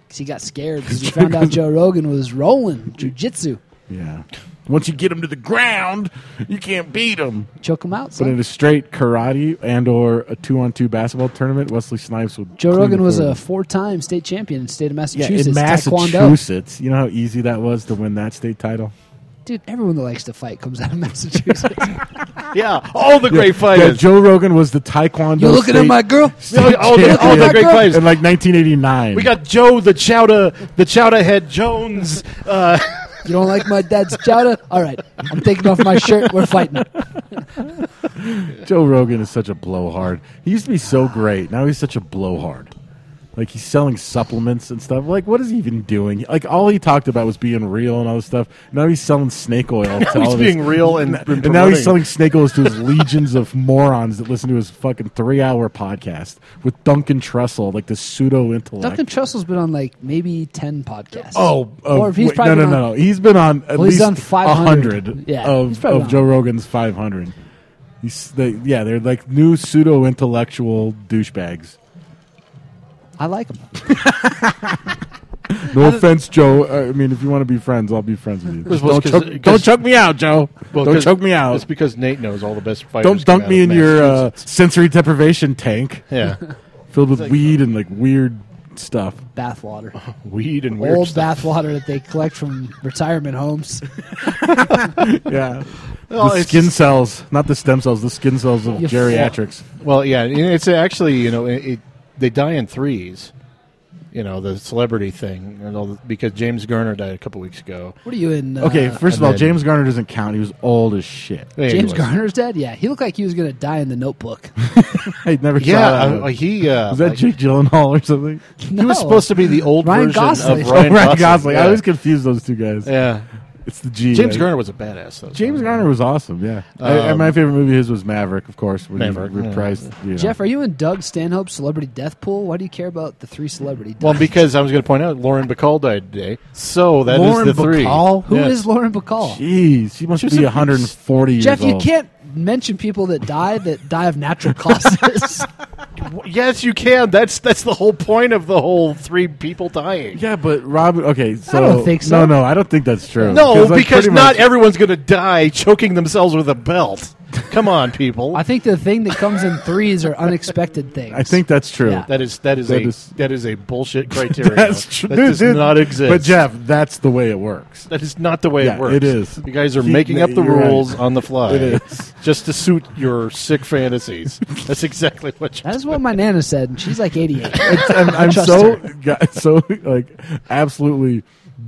Speaker 3: because he got scared because he found out Joe Rogan was rolling jujitsu,
Speaker 1: Yeah. Once you get him to the ground, you can't beat him.
Speaker 3: choke him out.
Speaker 1: But
Speaker 3: Son.
Speaker 1: in a straight karate and or a two on two basketball tournament, Wesley Snipes would.
Speaker 3: Joe
Speaker 1: clean
Speaker 3: Rogan
Speaker 1: it
Speaker 3: was
Speaker 1: for him.
Speaker 3: a four-time state champion in the state of
Speaker 1: yeah
Speaker 3: Massachusetts.
Speaker 1: in
Speaker 3: Taekwondo.
Speaker 1: Massachusetts. You know how easy that was to win that state title.
Speaker 3: Dude, everyone that likes to fight comes out of Massachusetts.
Speaker 4: Yeah, all the great
Speaker 1: Yeah, Joe Rogan was the Taekwondo.
Speaker 3: you looking at
Speaker 1: state-
Speaker 3: my girl?
Speaker 1: state
Speaker 4: all the- all the
Speaker 1: champion
Speaker 4: great fighters.
Speaker 1: in like 1989.
Speaker 4: we got Joe the Chowder, the Chowder Head Jones. Uh,
Speaker 3: You don't like my dad's chowder? All right, I'm taking off my shirt. We're fighting.
Speaker 1: Joe Rogan is such a blowhard. He used to be so great. Now he's such a blowhard. Like he's selling supplements and stuff. Like what is he even doing? Like all he talked about was being real and all this stuff. Now he's selling snake oil. to
Speaker 4: he's
Speaker 1: all of his-
Speaker 4: being real and- and
Speaker 1: and now he's
Speaker 4: promoting.
Speaker 1: selling snake oils to his legions of morons that listen to his fucking three-hour podcast with Duncan Trussell, like the pseudo intellect.
Speaker 3: Duncan Trussell's been on like maybe ten podcasts.
Speaker 1: Oh, oh,
Speaker 3: or if he's
Speaker 1: wait, no,
Speaker 3: probably
Speaker 1: no,
Speaker 3: been on-
Speaker 1: no, He's been on at
Speaker 3: Well, he's
Speaker 1: least
Speaker 3: on 500.
Speaker 1: 100
Speaker 3: Yeah, he's
Speaker 1: of,
Speaker 3: probably
Speaker 1: of
Speaker 3: on.
Speaker 1: Joe Rogan's 500. He's, they, yeah, they're like new pseudo intellectual douchebags.
Speaker 3: I like him.
Speaker 1: No offense, Joe. Uh, I mean, if you want to be friends, I'll be friends with you. Just
Speaker 4: well,
Speaker 1: don't,
Speaker 4: 'cause-
Speaker 1: choke,
Speaker 4: 'cause-
Speaker 1: don't choke me out, Joe. don't
Speaker 4: 'cause-
Speaker 1: choke me
Speaker 4: It's
Speaker 1: out.
Speaker 4: because Nate knows all the best fighters.
Speaker 1: Don't
Speaker 4: come
Speaker 1: dunk
Speaker 4: out
Speaker 1: me
Speaker 4: of
Speaker 1: in your uh,
Speaker 4: Massachusetts.
Speaker 1: sensory deprivation tank
Speaker 4: yeah,
Speaker 1: filled with weed and like weird stuff.
Speaker 3: Bathwater.
Speaker 4: weed and weird
Speaker 3: old
Speaker 4: stuff.
Speaker 3: bathwater that they collect from retirement homes.
Speaker 1: Yeah.
Speaker 4: Well,
Speaker 1: the
Speaker 4: it's
Speaker 1: skin
Speaker 4: just-
Speaker 1: cells, not the stem cells, the skin cells of
Speaker 3: You
Speaker 1: geriatrics.
Speaker 4: Well, yeah, and it's actually you know it, it, they die in threes. You know the celebrity thing, and all the, because James Garner died a couple weeks ago.
Speaker 3: What are you in? Uh,
Speaker 1: Okay, first of all,
Speaker 4: then-
Speaker 1: James Garner doesn't count. He was old as shit.
Speaker 4: Yeah, he
Speaker 3: James
Speaker 4: was-
Speaker 3: Garner's dead. Yeah, he looked like he was going to die in the Notebook.
Speaker 1: I never
Speaker 4: Yeah,
Speaker 1: saw that.
Speaker 4: uh, he uh,
Speaker 1: was that
Speaker 4: like-
Speaker 1: Jake Gyllenhaal or something?
Speaker 4: He was supposed to be the old
Speaker 3: Ryan
Speaker 4: version
Speaker 3: Gosling.
Speaker 4: of
Speaker 3: Oh,
Speaker 4: Ryan,
Speaker 1: oh, Ryan Gosling. I
Speaker 4: Yeah.
Speaker 1: always confuse those two guys.
Speaker 4: yeah.
Speaker 1: It's the G.
Speaker 4: James
Speaker 1: right?
Speaker 4: Garner was a badass though.
Speaker 1: James Garner was awesome. Yeah, I, and my favorite movie of his was Maverick, of course. When
Speaker 4: Maverick,
Speaker 1: He
Speaker 4: yeah.
Speaker 1: reprised. You know.
Speaker 3: Jeff, are you in Doug Stanhope's celebrity death pool? Why do you care about the three celebrity?
Speaker 4: Well,
Speaker 3: deaths?
Speaker 4: because I was going to point out Lauren Bacall died today, so that is
Speaker 1: Lauren
Speaker 4: the three.
Speaker 1: Bacall?
Speaker 3: who is
Speaker 4: Yeah.
Speaker 3: Lauren Bacall?
Speaker 1: Jeez, he must
Speaker 4: She was
Speaker 1: be
Speaker 4: a-
Speaker 1: 140 years
Speaker 3: Jeff, you
Speaker 1: old.
Speaker 3: can't mention people that die that die of natural causes.
Speaker 4: Yes, you can. That's that's the whole point of the whole three people dying.
Speaker 1: Yeah, but Rob. Okay, so
Speaker 3: don't think so.
Speaker 1: No, no, I don't think that's true.
Speaker 4: No,
Speaker 1: like,
Speaker 4: because
Speaker 1: pretty
Speaker 4: not
Speaker 1: much-
Speaker 4: everyone's going to die choking themselves with a belt. Come on, people.
Speaker 3: I think the thing that comes in threes are unexpected things.
Speaker 1: I think that's true.
Speaker 3: Yeah.
Speaker 4: that is that is
Speaker 1: That
Speaker 4: a
Speaker 1: is-
Speaker 4: that is a bullshit criteria.
Speaker 1: That's true.
Speaker 4: That
Speaker 1: Dude,
Speaker 4: does
Speaker 1: dude,
Speaker 4: not exist.
Speaker 1: But Jeff, that's the way it works.
Speaker 4: that is not the way
Speaker 1: Yeah,
Speaker 4: it works.
Speaker 1: it is.
Speaker 4: You guys are
Speaker 1: He-
Speaker 4: making up the
Speaker 1: you're right.
Speaker 4: rules on the fly.
Speaker 1: It is.
Speaker 4: just to suit your sick fantasies. That's exactly what.
Speaker 3: that
Speaker 4: You're
Speaker 3: is what my nana said, and she's like eighty-eight.
Speaker 1: I'm,
Speaker 3: I
Speaker 1: I'm
Speaker 3: trust
Speaker 1: so
Speaker 3: her.
Speaker 1: got- so like absolutely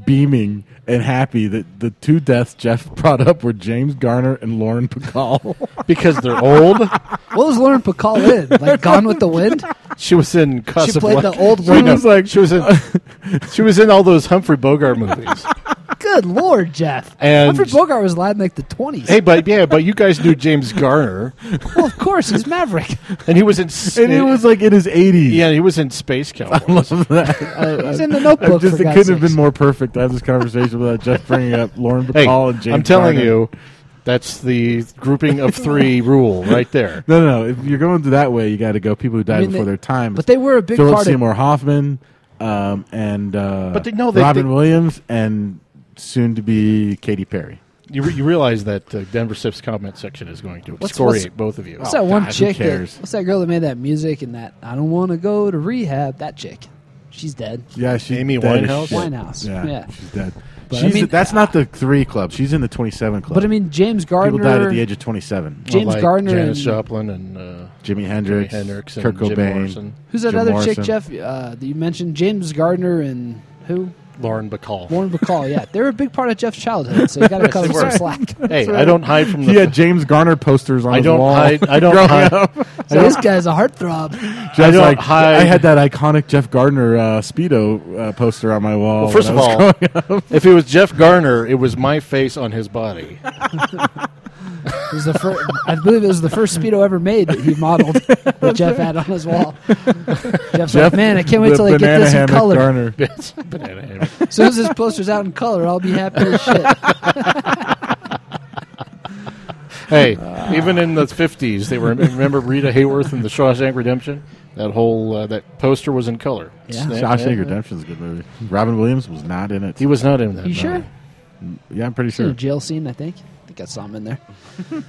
Speaker 1: beaming and happy that the two deaths Jeff brought up were James Garner and Lauren Bacall.
Speaker 4: because they're old.
Speaker 3: What was Lauren Bacall in? Like Gone with the Wind?
Speaker 4: She was in Casablanca.
Speaker 3: played the old
Speaker 4: She
Speaker 3: woman.
Speaker 4: was like she was in she was in all those Humphrey Bogart movies.
Speaker 3: Good lord, Jeff.
Speaker 4: And-
Speaker 3: Humphrey Bogart was alive in like the 20s.
Speaker 4: Hey, but yeah, but you guys knew James Garner,
Speaker 3: Well, of course, he's Maverick.
Speaker 4: and he was in.
Speaker 1: and it was like in his 80s.
Speaker 4: yeah, he was in Space Cowboys.
Speaker 3: He's in the
Speaker 1: I
Speaker 3: notebook.
Speaker 1: just
Speaker 3: for
Speaker 1: it
Speaker 3: God's
Speaker 1: couldn't have been
Speaker 3: sakes.
Speaker 1: more perfect to have this conversation without just bringing up Lauren
Speaker 4: Hey,
Speaker 1: Bacall and James.
Speaker 4: I'm telling
Speaker 1: Garner.
Speaker 4: you, that's the grouping of three rule right there.
Speaker 1: No, no, no. If you're going that way, you got to go people who died
Speaker 3: I mean,
Speaker 1: before
Speaker 3: they-
Speaker 1: their time.
Speaker 3: But they were a big
Speaker 1: Philip
Speaker 3: part
Speaker 1: Seymour Hoffman, um, and uh,
Speaker 4: But they- no, they-
Speaker 1: Robin
Speaker 4: they-
Speaker 1: Williams, and soon to be Katy Perry.
Speaker 4: You, re- you realize that the Denver Sips comment section is going to
Speaker 3: What's-
Speaker 4: excoriate
Speaker 3: what's-
Speaker 4: both of you. Oh,
Speaker 3: of. What's that one
Speaker 1: God, who
Speaker 3: chick? That,
Speaker 1: cares?
Speaker 3: what's that girl that made that music and that I don't want to go to rehab? That chick. She's dead.
Speaker 1: Yeah, she's
Speaker 4: Amy
Speaker 1: dead as
Speaker 4: Winehouse?
Speaker 1: shit.
Speaker 3: Winehouse, yeah.
Speaker 1: she's dead.
Speaker 3: But
Speaker 1: she's,
Speaker 3: I mean- uh,
Speaker 1: that's not the three club. She's in the 27 club.
Speaker 3: But I mean, James Gardner.
Speaker 1: people died at the age of 27.
Speaker 3: James
Speaker 4: like
Speaker 3: Gardner
Speaker 4: Janis
Speaker 3: and-
Speaker 4: Joplin, and uh,
Speaker 1: Jimi Hendrix,
Speaker 4: Hendrix and
Speaker 1: Kurt
Speaker 4: Jim
Speaker 1: Cobain.
Speaker 4: Morrison.
Speaker 3: Who's that
Speaker 1: Jim
Speaker 3: other
Speaker 1: Morrison.
Speaker 3: chick, Jeff? Uh, that you mentioned James Gardner and who?
Speaker 4: Lauren Bacall.
Speaker 3: Warren Bacall. Yeah, they were a big part of Jeff's childhood, so you got to cut them some slack.
Speaker 4: hey, I don't hide from the.
Speaker 1: He had James Garner posters on
Speaker 4: I
Speaker 1: his
Speaker 4: don't
Speaker 1: wall.
Speaker 4: hide. I don't
Speaker 1: growing
Speaker 4: hide.
Speaker 1: up.
Speaker 3: So this guy's a heartthrob.
Speaker 1: Jeff's
Speaker 4: don't
Speaker 1: like,
Speaker 4: hide-
Speaker 1: I had that iconic Jeff Gardner uh, Speedo uh, poster on my wall.
Speaker 4: Well, first
Speaker 1: when
Speaker 4: of
Speaker 1: I was
Speaker 4: all, if it was Jeff Garner, it was my face on his body.
Speaker 3: It was the fir- I believe it was the first speedo ever made that he modeled that Jeff had on his wall. Jeff's
Speaker 1: Jeff-
Speaker 3: like, man, I can't wait
Speaker 1: the
Speaker 3: till I get
Speaker 1: banana
Speaker 3: this in
Speaker 1: hammock
Speaker 3: color.
Speaker 1: Garner.
Speaker 4: Banana hammock.
Speaker 3: As soon as this poster's out in color, I'll be happy as shit.
Speaker 4: Hey, even in the fifties, they were. Remember Rita Hayworth in The Shawshank Redemption? That whole uh, that poster was in color.
Speaker 3: Yeah.
Speaker 4: Snap-
Speaker 1: Shawshank Redemption's a good movie. Robin Williams was not in it.
Speaker 4: He was not in that.
Speaker 3: You
Speaker 4: no.
Speaker 3: sure?
Speaker 1: yeah, I'm pretty
Speaker 3: In a
Speaker 1: sure.
Speaker 3: jail scene, I think. I think I saw him in there.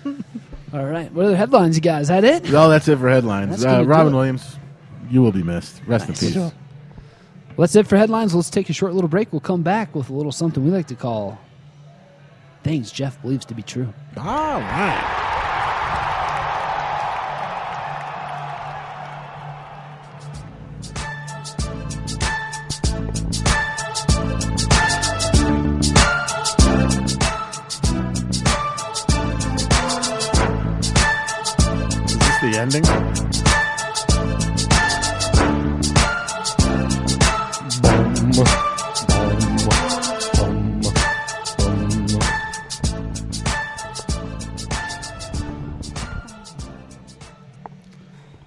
Speaker 3: All right. What are the headlines, you guys? Is that it?
Speaker 1: Well, that's it for headlines.
Speaker 3: That's gonna
Speaker 1: Uh,
Speaker 3: do
Speaker 1: Robin
Speaker 3: it.
Speaker 1: Williams, you will be missed. Rest in peace.
Speaker 3: Well, that's it for headlines. Let's take a short little break. We'll come back with a little something we like to call things Jeff believes to be true.
Speaker 1: All right. Is this the ending?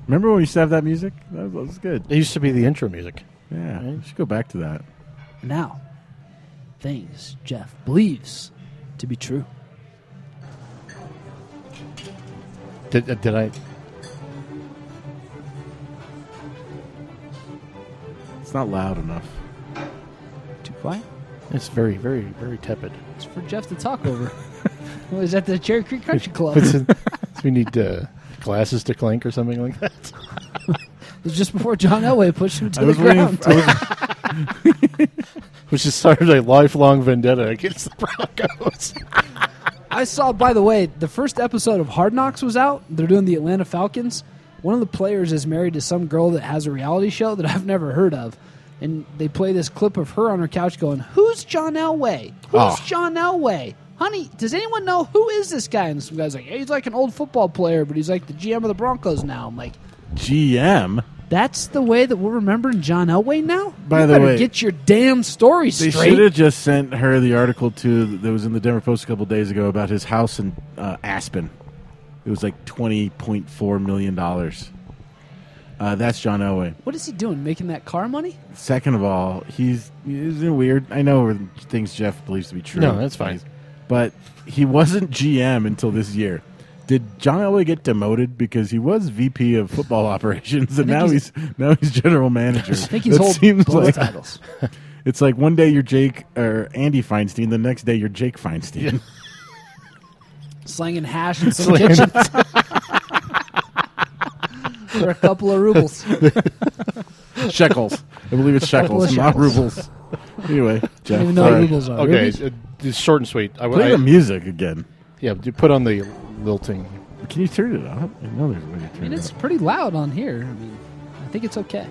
Speaker 1: Remember when we used to have that music? That was, that was good.
Speaker 4: It used to be the intro music.
Speaker 1: Yeah, we should go back to that.
Speaker 3: Now, things Jeff believes to be true.
Speaker 4: Did, uh, did I?
Speaker 1: It's not loud enough.
Speaker 3: Too quiet?
Speaker 4: It's very, very, very tepid.
Speaker 3: It's for Jeff to talk over. well, is that the Cherry Creek Country Club?
Speaker 4: It's
Speaker 3: it
Speaker 4: in, so we need uh, glasses to clink or something like that.
Speaker 3: was just before John Elway pushed him to
Speaker 1: I
Speaker 3: the
Speaker 1: was waiting.
Speaker 3: ground.
Speaker 1: I was-
Speaker 4: Which has started a lifelong vendetta against the Broncos.
Speaker 3: I saw, by the way, the first episode of Hard Knocks was out. They're doing the Atlanta Falcons. One of the players is married to some girl that has a reality show that I've never heard of. And they play this clip of her on her couch going, Who's John Elway? Who's
Speaker 1: Oh.
Speaker 3: John Elway? Honey, does anyone know who is this guy? And some guy's like, "Yeah, He's like an old football player, but he's like the GM of the Broncos now. I'm like,
Speaker 1: GM.
Speaker 3: That's the way that we're remembering John Elway now?
Speaker 1: By
Speaker 3: You
Speaker 1: the
Speaker 3: better
Speaker 1: way,
Speaker 3: get your damn story
Speaker 1: They
Speaker 3: straight.
Speaker 1: should have just sent her the article to that was in the Denver Post a couple days ago about his house in uh, Aspen. It was like twenty point four million dollars. Uh, that's John Elway.
Speaker 3: What is he doing? Making that car money?
Speaker 1: Second of all, he's isn't it weird. I know things Jeff believes to be true.
Speaker 4: No, that's fine.
Speaker 1: But he wasn't GM until this year. Did John Elway get demoted because he was VP of football operations and
Speaker 3: think
Speaker 1: now he's,
Speaker 3: he's-
Speaker 1: now he's general manager?
Speaker 3: I think he's
Speaker 1: That
Speaker 3: holding
Speaker 1: seems
Speaker 3: both
Speaker 1: like-
Speaker 3: titles.
Speaker 1: It's like one day you're Jake or Andy Feinstein, the next day you're Jake Feinstein.
Speaker 3: slanging hash in some kitchens for a couple of rubles. Don't
Speaker 1: shekels. I believe it's
Speaker 3: Couple of
Speaker 1: shekels, not rubles. Anyway, Jeff.
Speaker 3: even know what
Speaker 1: sorry.
Speaker 3: rubles are.
Speaker 4: okay,
Speaker 3: Rubies?
Speaker 4: uh, just short and sweet. I,
Speaker 1: Play
Speaker 4: I-
Speaker 1: the music again.
Speaker 4: yeah, d- put on the lilting.
Speaker 1: Can you turn it up? I know there's a way to
Speaker 3: I mean,
Speaker 1: turn
Speaker 3: it's
Speaker 1: it up.
Speaker 3: pretty loud on here. I mean, I think it's okay.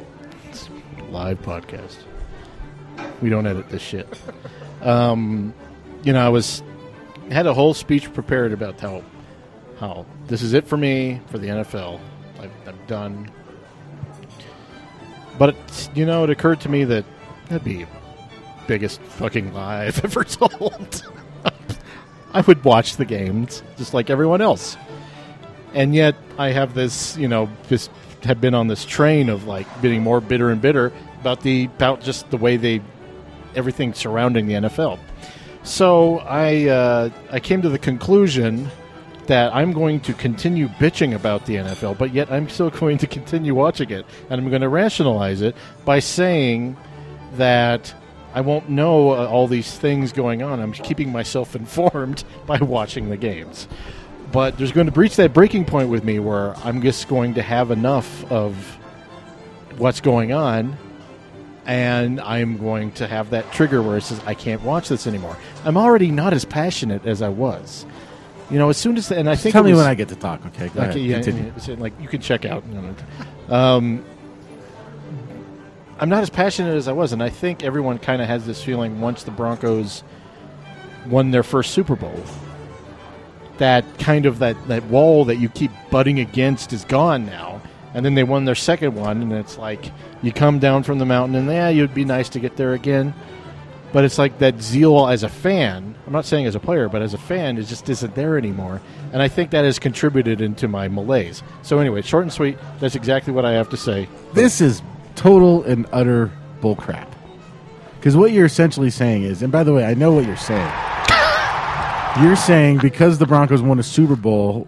Speaker 4: It's live podcast. We don't edit this shit. Um, you know, I was had a whole speech prepared about how how this is it for me for the NFL. I've, I'm done. But it's, you know, it occurred to me that that'd be biggest fucking lie I've ever told. I would watch the games just like everyone else. And yet I have this, you know, just have been on this train of like getting more bitter and bitter about the about just the way they everything surrounding the NFL. So I uh, I came to the conclusion that I'm going to continue bitching about the NFL, but yet I'm still going to continue watching it, and I'm going to rationalize it by saying that I won't know uh, all these things going on. I'm keeping myself informed by watching the games. But there's going to reach that breaking point with me where I'm just going to have enough of what's going on and I'm going to have that trigger where it says I can't watch this anymore. I'm already not as passionate as I was. You know, as soon as and I think
Speaker 1: Tell
Speaker 4: it
Speaker 1: me
Speaker 4: was-
Speaker 1: when I get to talk. Okay, go
Speaker 4: Okay,
Speaker 1: ahead.
Speaker 4: yeah,
Speaker 1: Continue.
Speaker 4: yeah, it's in, like you can check out. you know. Um, I'm not as passionate as I was, and I think everyone kind of has this feeling once the Broncos won their first Super Bowl, that kind of that that wall that you keep butting against is gone now. And then they won their second one, and it's like you come down from the mountain, and yeah, you'd be nice to get there again. But it's like that zeal as a fan. I'm not saying as a player, but as a fan, it just isn't there anymore. And I think that has contributed into my malaise. So anyway, short and sweet. That's exactly what I have to say.
Speaker 1: This is total and utter bullcrap. Because what you're essentially saying is, and by the way, I know what you're saying. you're saying because the Broncos won a Super Bowl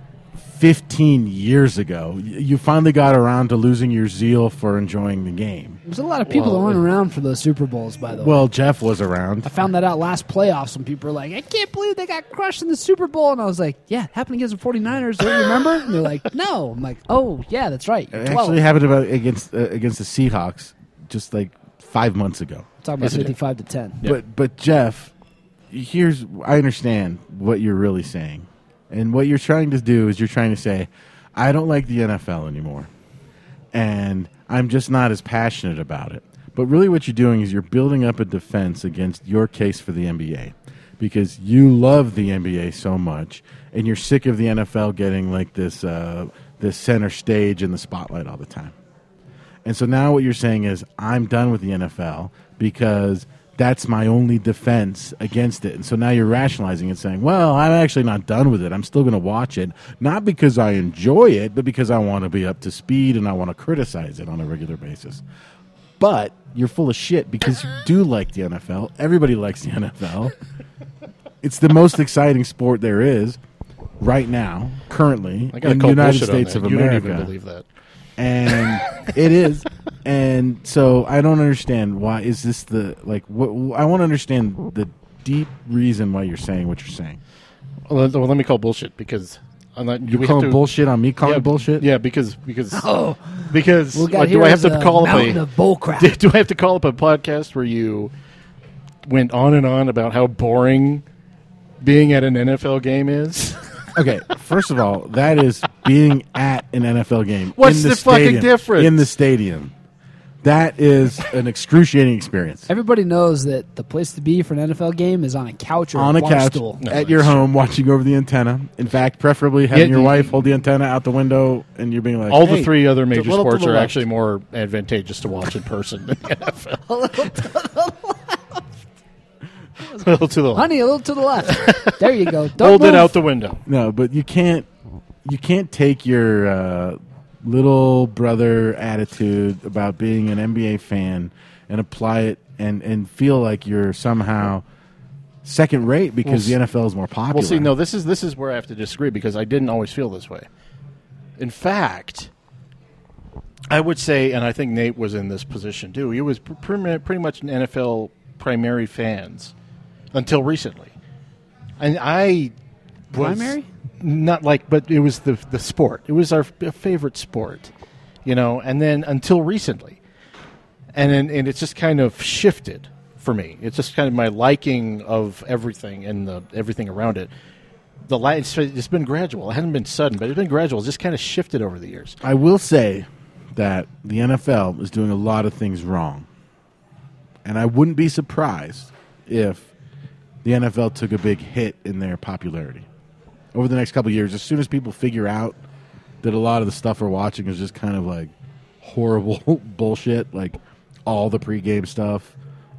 Speaker 1: 15 years ago, y- you finally got around to losing your zeal for enjoying the game.
Speaker 3: There's a lot of people that weren't around for those Super Bowls, by the way.
Speaker 1: Well, Jeff was around.
Speaker 3: I found that out last playoffs when people were like, I can't believe they got crushed in the Super Bowl. And I was like, yeah, it happened against the 49ers. Don't you remember? And they're like, no. I'm like, oh, yeah, that's right.
Speaker 1: It
Speaker 3: 12.
Speaker 1: actually happened about against uh, against the Seahawks just like five months ago.
Speaker 3: talking about 55 to 10.
Speaker 1: But but Jeff, here's I understand what you're really saying, and what you're trying to do is you're trying to say, I don't like the NFL anymore, and I'm just not as passionate about it. But really, what you're doing is you're building up a defense against your case for the NBA, because you love the NBA so much, and you're sick of the NFL getting like this uh, this center stage and the spotlight all the time. And so now what you're saying is, I'm done with the NFL because that's my only defense against it. And so now you're rationalizing and saying, well, I'm actually not done with it. I'm still going to watch it, not because I enjoy it, but because I want to be up to speed and I want to criticize it on a regular basis. But you're full of shit because you do like the NFL. Everybody likes the NFL. It's the most exciting sport there is right now, currently,
Speaker 4: I got
Speaker 1: in the
Speaker 4: to call
Speaker 1: United
Speaker 4: bullshit on
Speaker 1: States
Speaker 4: that.
Speaker 1: of
Speaker 4: You
Speaker 1: America
Speaker 4: don't even believe that.
Speaker 1: and it is and so i don't understand why is this the like what i want to understand the deep reason why you're saying what you're saying
Speaker 4: Well, let- well, let me call bullshit because I'm not. do
Speaker 1: you
Speaker 4: we have
Speaker 1: calling
Speaker 4: to-
Speaker 1: bullshit on me calling
Speaker 4: yeah,
Speaker 1: bullshit Oh,
Speaker 4: Yeah, because because because
Speaker 3: What Oh, we got
Speaker 4: like, do
Speaker 3: here
Speaker 4: I have
Speaker 3: is
Speaker 4: to
Speaker 3: a
Speaker 4: call up
Speaker 3: mountain
Speaker 4: a
Speaker 3: of bullcrap.
Speaker 4: do, do I have to call up a podcast where you went on and on about how boring being at an NFL game is?
Speaker 1: okay first of all that is being at an nfl game
Speaker 4: What's
Speaker 1: in the,
Speaker 4: the fucking
Speaker 1: stadium-
Speaker 4: difference?
Speaker 1: in the stadium that is an excruciating experience
Speaker 3: Everybody knows that the place to be for an NFL game is on a couch or
Speaker 1: on a
Speaker 3: bar
Speaker 1: couch
Speaker 3: stool.
Speaker 1: at your home, watching over the antenna. In fact, preferably having
Speaker 4: Yeah,
Speaker 1: your
Speaker 4: you-
Speaker 1: wife hold the antenna out the window, and you're being like,
Speaker 4: All
Speaker 1: "Hey,
Speaker 4: the three other
Speaker 1: it's a
Speaker 4: major
Speaker 1: little to
Speaker 4: sports
Speaker 1: the
Speaker 4: are
Speaker 1: left."
Speaker 4: actually more advantageous to watch in person than the NFL. A little to the left.
Speaker 3: Honey, a little to the left. there you go. Don't
Speaker 4: Hold
Speaker 3: move.
Speaker 4: it out the window.
Speaker 1: No, but you can't you can't take your uh, little brother attitude about being an NBA fan and apply it and and feel like you're somehow second rate because
Speaker 4: Well,
Speaker 1: the NFL is more popular.
Speaker 4: Well, see, no, this is this is where I have to disagree because I didn't always feel this way. In fact, I would say, and I think Nate was in this position too. He was pr- pr- pretty much an NFL primary fans until recently, and I was-
Speaker 3: Primary?
Speaker 4: not like, but it was the the sport. It was our f- favorite sport, you know. And then until recently, and then, and it's just kind of shifted for me. It's just kind of my liking of everything and the everything around it. The light, it's, it's been gradual. It hasn't been sudden, but it's been gradual. It's just kind of shifted over the years.
Speaker 1: I will say that the NFL is doing a lot of things wrong. And I wouldn't be surprised if the NFL took a big hit in their popularity over the next couple of years. As soon as people figure out that a lot of the stuff we're watching is just kind of like horrible bullshit, like all the pregame stuff,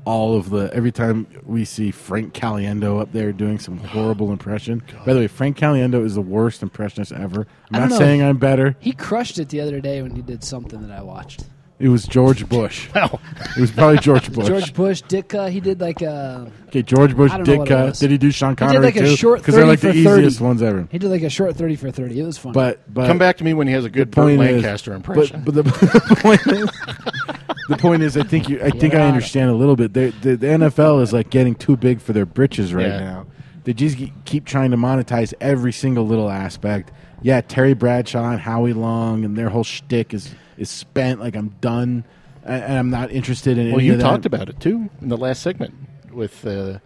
Speaker 1: all of the every time we see Frank Caliendo up there doing some horrible impression. By the way, Frank Caliendo is the worst impressionist ever.
Speaker 3: I
Speaker 1: I'm not
Speaker 3: don't know.
Speaker 1: saying I'm better.
Speaker 3: He crushed it the other day when he did something that I watched.
Speaker 1: It was George Bush. It was probably George Bush.
Speaker 3: George Bush, Ditka, he did like a
Speaker 1: okay, George Bush
Speaker 3: I don't know
Speaker 1: did
Speaker 3: what it
Speaker 1: cut.
Speaker 3: was.
Speaker 1: Did he do Sean
Speaker 3: did
Speaker 1: Connery
Speaker 3: like a
Speaker 1: too?
Speaker 3: short
Speaker 1: they're like the
Speaker 3: 30 for 30.
Speaker 1: easiest ones ever.
Speaker 3: he did like a short thirty for thirty. It was fun.
Speaker 1: But but
Speaker 4: Come back to me when he has a good Burt
Speaker 1: point is-
Speaker 4: Lancaster impression.
Speaker 1: But, but the, the point is, the point is, I think you, I think I
Speaker 3: Yeah.
Speaker 1: understand a little bit. They, the, the NFL is like getting too big for their britches right
Speaker 4: Yeah.
Speaker 1: now. They just ge- keep trying to monetize every single little aspect. Yeah, Terry Bradshaw and Howie Long and their whole shtick is is spent. Like I'm done, and, and I'm not interested in.
Speaker 4: well,
Speaker 1: any
Speaker 4: you
Speaker 1: of that.
Speaker 4: talked about it too in the last segment with uh,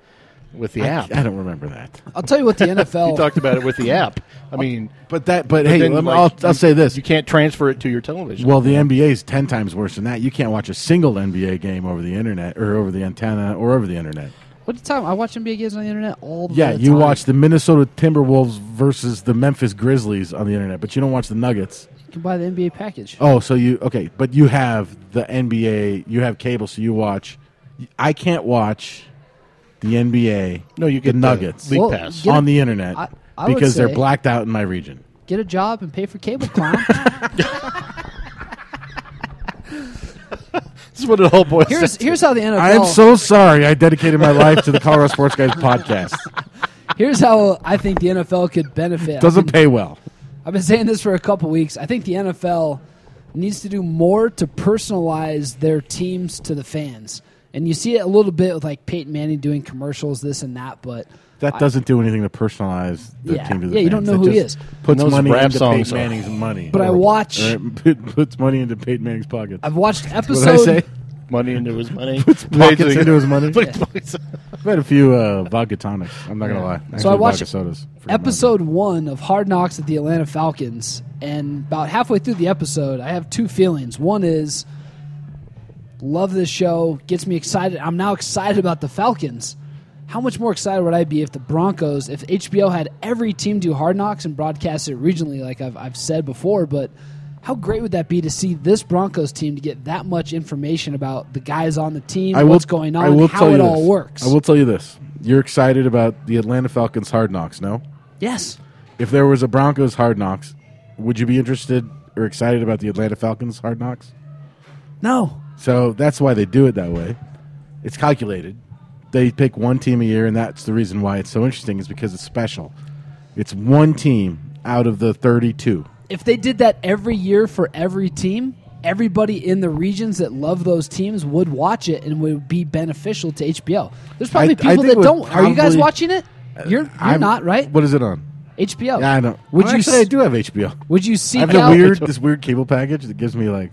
Speaker 4: with the
Speaker 1: I,
Speaker 4: app.
Speaker 1: I don't remember that.
Speaker 3: I'll tell you what the
Speaker 4: you
Speaker 3: NFL
Speaker 4: talked about it with the app. I mean,
Speaker 1: But that. But, hey,
Speaker 4: then,
Speaker 1: let me-
Speaker 4: like,
Speaker 1: I'll, I'll
Speaker 4: you-
Speaker 1: say this.
Speaker 4: you can't transfer it to your television.
Speaker 1: Well, the NBA is ten times worse than that. You can't watch a single NBA game over the internet or over the antenna or over the internet.
Speaker 3: What the time? I watch NBA games on the internet all the
Speaker 1: Yeah,
Speaker 3: time.
Speaker 1: you watch the Minnesota Timberwolves versus the Memphis Grizzlies on the internet, but you don't watch the Nuggets.
Speaker 3: You can buy the NBA package.
Speaker 1: Oh, so you okay? But you have the NBA, you have cable, so you watch. I can't watch the NBA.
Speaker 4: No, you get
Speaker 1: the
Speaker 4: the
Speaker 1: Nuggets
Speaker 4: league
Speaker 3: Well,
Speaker 4: pass.
Speaker 3: get a-
Speaker 1: on the internet
Speaker 3: I- I would
Speaker 1: because they're
Speaker 3: say-
Speaker 1: blacked out in my region.
Speaker 3: Get a job and pay for cable, clown.
Speaker 4: this is what it all boils
Speaker 3: here's
Speaker 4: down to.
Speaker 3: here's how the NFL.
Speaker 1: I am so sorry. I dedicated my life to the Colorado Sports Guys podcast.
Speaker 3: here's how I think the NFL could benefit.
Speaker 1: Doesn't pay well.
Speaker 3: I've been saying this for a couple weeks. I think the NFL needs to do more to personalize their teams to the fans. And you see it a little bit with like Peyton Manning doing commercials, this and that, but
Speaker 1: That doesn't do anything to personalize the
Speaker 3: Yeah.
Speaker 1: team to the
Speaker 3: Yeah, you don't
Speaker 1: fans.
Speaker 3: know
Speaker 1: It
Speaker 3: who he
Speaker 1: just
Speaker 3: is.
Speaker 1: Puts
Speaker 4: And those
Speaker 1: money
Speaker 4: rap
Speaker 1: into
Speaker 4: songs
Speaker 1: Peyton
Speaker 4: are-
Speaker 1: Manning's money.
Speaker 3: But I
Speaker 1: Horrible.
Speaker 3: watch-
Speaker 1: Or it put- puts money into Peyton Manning's pocket.
Speaker 3: I've watched
Speaker 1: What did I
Speaker 3: episode
Speaker 1: say?
Speaker 4: money into his money.
Speaker 1: pockets into his money.
Speaker 4: Puts pockets-
Speaker 1: I've had a few uh, vodka tonics. I'm not gonna lie.
Speaker 3: So I
Speaker 1: Actually,
Speaker 3: watched
Speaker 1: vodka sodas. Forgot about
Speaker 3: episode one of Hard Knocks at the Atlanta Falcons, and about halfway through the episode, I have two feelings. One is love this show, gets me excited. I'm now excited about the Falcons. How much more excited would I be if the Broncos, if HBO had every team do Hard Knocks and broadcast it regionally, like I've, I've said before, but how great would that be to see this Broncos team to get that much information about the guys on the team,
Speaker 1: it. I will,
Speaker 3: what's going on,
Speaker 1: I will
Speaker 3: how
Speaker 1: tell
Speaker 3: it
Speaker 1: you
Speaker 3: all
Speaker 1: this.
Speaker 3: works?
Speaker 1: I will tell you this. You're excited about the Atlanta Falcons hard knocks, no?
Speaker 3: yes.
Speaker 1: If there was a Broncos hard knocks, would you be interested or excited about the Atlanta Falcons hard knocks?
Speaker 3: No.
Speaker 1: So that's why they do it that way. It's calculated. They pick one team a year, and that's the reason why it's so interesting. Is because it's special. It's one team out of the thirty-two.
Speaker 3: if they did that every year for every team, everybody in the regions that love those teams would watch it and would be beneficial to HBO. There's probably
Speaker 1: I
Speaker 3: people
Speaker 1: think
Speaker 3: that
Speaker 1: we're
Speaker 3: don't. Are you guys
Speaker 1: probably- Uh,
Speaker 3: watching it? You're you're
Speaker 1: I'm-
Speaker 3: not right. Oh.
Speaker 1: What is it on?
Speaker 3: HBO.
Speaker 1: Yeah, I know.
Speaker 3: Would
Speaker 1: Well,
Speaker 3: you
Speaker 1: actually, I
Speaker 3: s-
Speaker 1: do have HBO.
Speaker 3: Would you
Speaker 1: I
Speaker 3: seek
Speaker 1: have the
Speaker 3: out?
Speaker 1: weird this weird cable package that gives me like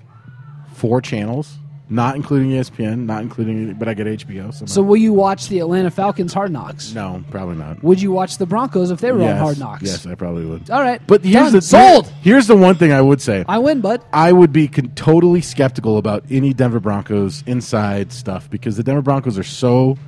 Speaker 1: four channels, not including E ESPN, not including, but I get HBO. Somehow.
Speaker 3: so will you watch the Atlanta Falcons Hard Knocks?
Speaker 1: no, probably not.
Speaker 3: Would you watch the Broncos if they were on Hard Knocks?
Speaker 1: Yes, I probably would.
Speaker 3: All right.
Speaker 1: But here's
Speaker 3: Done.
Speaker 1: the
Speaker 3: sold.
Speaker 1: Here's the one thing I would say.
Speaker 3: I win, bud.
Speaker 1: I would be con- totally skeptical about any Denver Broncos inside stuff because the Denver Broncos are so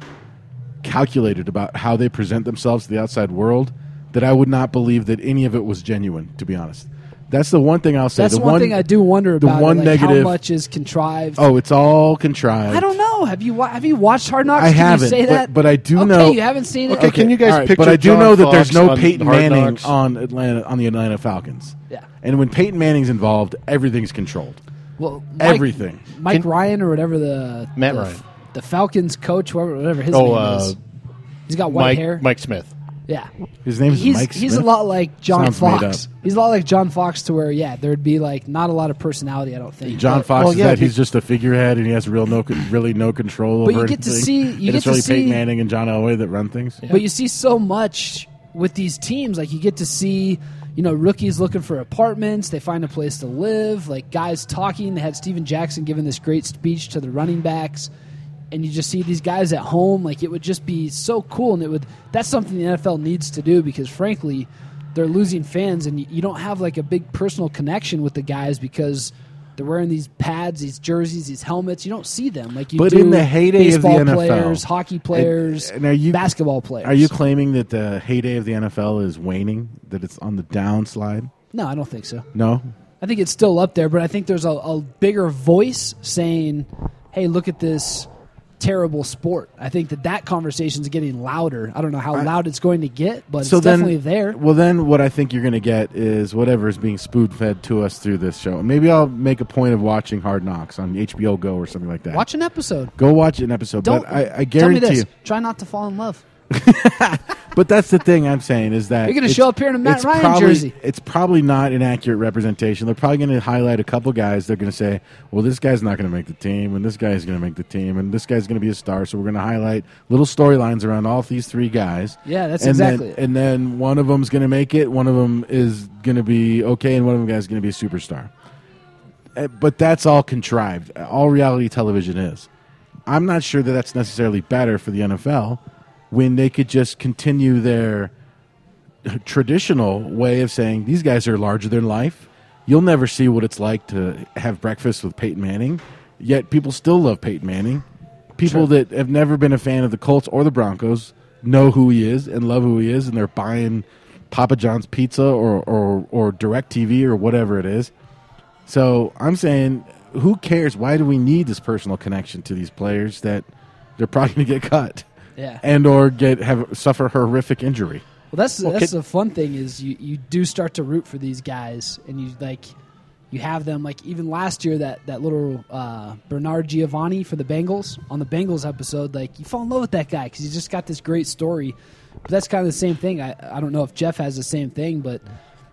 Speaker 1: calculated about how they present themselves to the outside world that I would not believe that any of it was genuine. To be honest, that's the one thing I'll say.
Speaker 3: That's
Speaker 1: the
Speaker 3: one, thing I do wonder
Speaker 1: the
Speaker 3: about.
Speaker 1: one
Speaker 3: it, like
Speaker 1: negative-
Speaker 3: How much is contrived?
Speaker 1: Oh, it's all contrived.
Speaker 3: I don't know. Have you wa- have you watched Hard Knocks?
Speaker 1: I
Speaker 3: Can you
Speaker 1: haven't,
Speaker 3: say
Speaker 1: but-
Speaker 3: that?
Speaker 1: but I do
Speaker 3: okay,
Speaker 1: know-
Speaker 3: You haven't seen it.
Speaker 4: Okay, can you guys
Speaker 1: All right,
Speaker 4: picture
Speaker 1: But I do
Speaker 4: John
Speaker 1: know that
Speaker 4: Fox
Speaker 1: there's no
Speaker 4: on
Speaker 1: Peyton
Speaker 4: Hard
Speaker 1: Manning
Speaker 4: Knocks?
Speaker 1: on Atlanta on the Atlanta Falcons.
Speaker 3: Yeah.
Speaker 1: and when Peyton Manning's involved, everything's controlled.
Speaker 3: Well,
Speaker 1: Everything.
Speaker 3: Mike
Speaker 4: Can-
Speaker 3: Ryan or whatever the
Speaker 4: Matt
Speaker 3: the,
Speaker 4: Ryan.
Speaker 3: the Falcons coach, whoever, whatever his
Speaker 4: Oh,
Speaker 3: name
Speaker 4: uh,
Speaker 3: is. He's got white
Speaker 4: Mike
Speaker 3: hair.
Speaker 4: Mike Smith.
Speaker 3: Yeah,
Speaker 1: His name is
Speaker 3: he's
Speaker 1: Mike.
Speaker 3: he's
Speaker 1: Smith?
Speaker 3: a lot like John
Speaker 1: Sounds made
Speaker 3: Fox.
Speaker 1: up.
Speaker 3: He's a lot like John Fox to where yeah, there'd be like not a lot of personality. I don't think
Speaker 1: John
Speaker 3: But-
Speaker 1: Fox
Speaker 4: well,
Speaker 1: is
Speaker 4: yeah,
Speaker 1: that
Speaker 4: be-
Speaker 1: he's just a figurehead and he has real no con- really no control
Speaker 3: But
Speaker 1: over
Speaker 3: you get to
Speaker 1: anything.
Speaker 3: see- you
Speaker 1: And
Speaker 3: get
Speaker 1: it's
Speaker 3: to
Speaker 1: really
Speaker 3: see-
Speaker 1: Peyton Manning and John Elway that run things.
Speaker 3: But you see so much with these teams. Like you get to see, you know, rookies looking for apartments. They find a place to live. Like guys talking. They had Steven Jackson giving this great speech to the running backs. And you just see these guys at home. Like it would just be so cool. And it would, that's something the NFL needs to do because frankly, they're losing fans and you- you don't have like a big personal connection with the guys because they're wearing these pads, these jerseys, these helmets. You don't see them like you
Speaker 1: But
Speaker 3: do
Speaker 1: in the heyday of the
Speaker 3: baseball
Speaker 1: NFL,
Speaker 3: players, hockey
Speaker 1: and-
Speaker 3: players,
Speaker 1: and are you-
Speaker 3: basketball players.
Speaker 1: Are you claiming that the heyday of the NFL is waning? That it's on the downslide?
Speaker 3: No, I don't think so.
Speaker 1: No.
Speaker 3: I think it's still up there, but I think there's a, a bigger voice saying, "Hey, look at this terrible sport. I think that that conversation's getting louder. I don't know how loud it's going to get, but
Speaker 1: so
Speaker 3: it's
Speaker 1: then,
Speaker 3: definitely there.
Speaker 1: Well, then what I think you're going to get is whatever is being spoon fed to us through this show. Maybe I'll make a point of watching Hard Knocks on HBO Go or something like that.
Speaker 3: Watch an episode.
Speaker 1: Go watch an episode.
Speaker 3: Don't.
Speaker 1: but I, I
Speaker 3: tell me
Speaker 1: guarantee
Speaker 3: this.
Speaker 1: you.
Speaker 3: Try not to fall in love.
Speaker 1: But that's the thing I'm saying is that
Speaker 3: You're gonna
Speaker 1: it's-
Speaker 3: show up here in a Matt
Speaker 1: it's
Speaker 3: Ryan
Speaker 1: probably-
Speaker 3: jersey.
Speaker 1: It's probably not an accurate representation. They're probably going to highlight a couple guys. They're going to say, "Well, this guy's not going to make the team, and this guy's going to make the team, and this guy's going to be a star." So we're going to highlight little storylines around all of these three guys.
Speaker 3: Yeah, that's
Speaker 1: And then-
Speaker 3: exactly it.
Speaker 1: and then one of them's going to make it. One of them is going to be okay, and one of them guys is going to be a superstar. Uh, But that's all contrived. All reality television is. I'm not sure that that's necessarily better for the NFL when they could just continue their traditional way of saying these guys are larger than life. You'll never see what it's like to have breakfast with Peyton Manning. Yet people still love Peyton Manning. People that have never been a fan of the Colts or the Broncos know who he is and love who he is, and they're buying Papa John's pizza or or, or Direct TV or whatever it is. So I'm saying, who cares? Why do we need this personal connection to these players that they're probably going to get cut,
Speaker 3: Yeah.
Speaker 1: and or get have suffer horrific injury?
Speaker 3: Well, that's that's
Speaker 4: kid-
Speaker 3: the fun thing is you you do start to root for these guys, and you like you have them like even last year that that little uh, Bernard Giovanni for the Bengals on the Bengals episode, like you fall in love with that guy because he's just got this great story. But that's kind of the same thing. I I don't know if Jeff has the same thing, but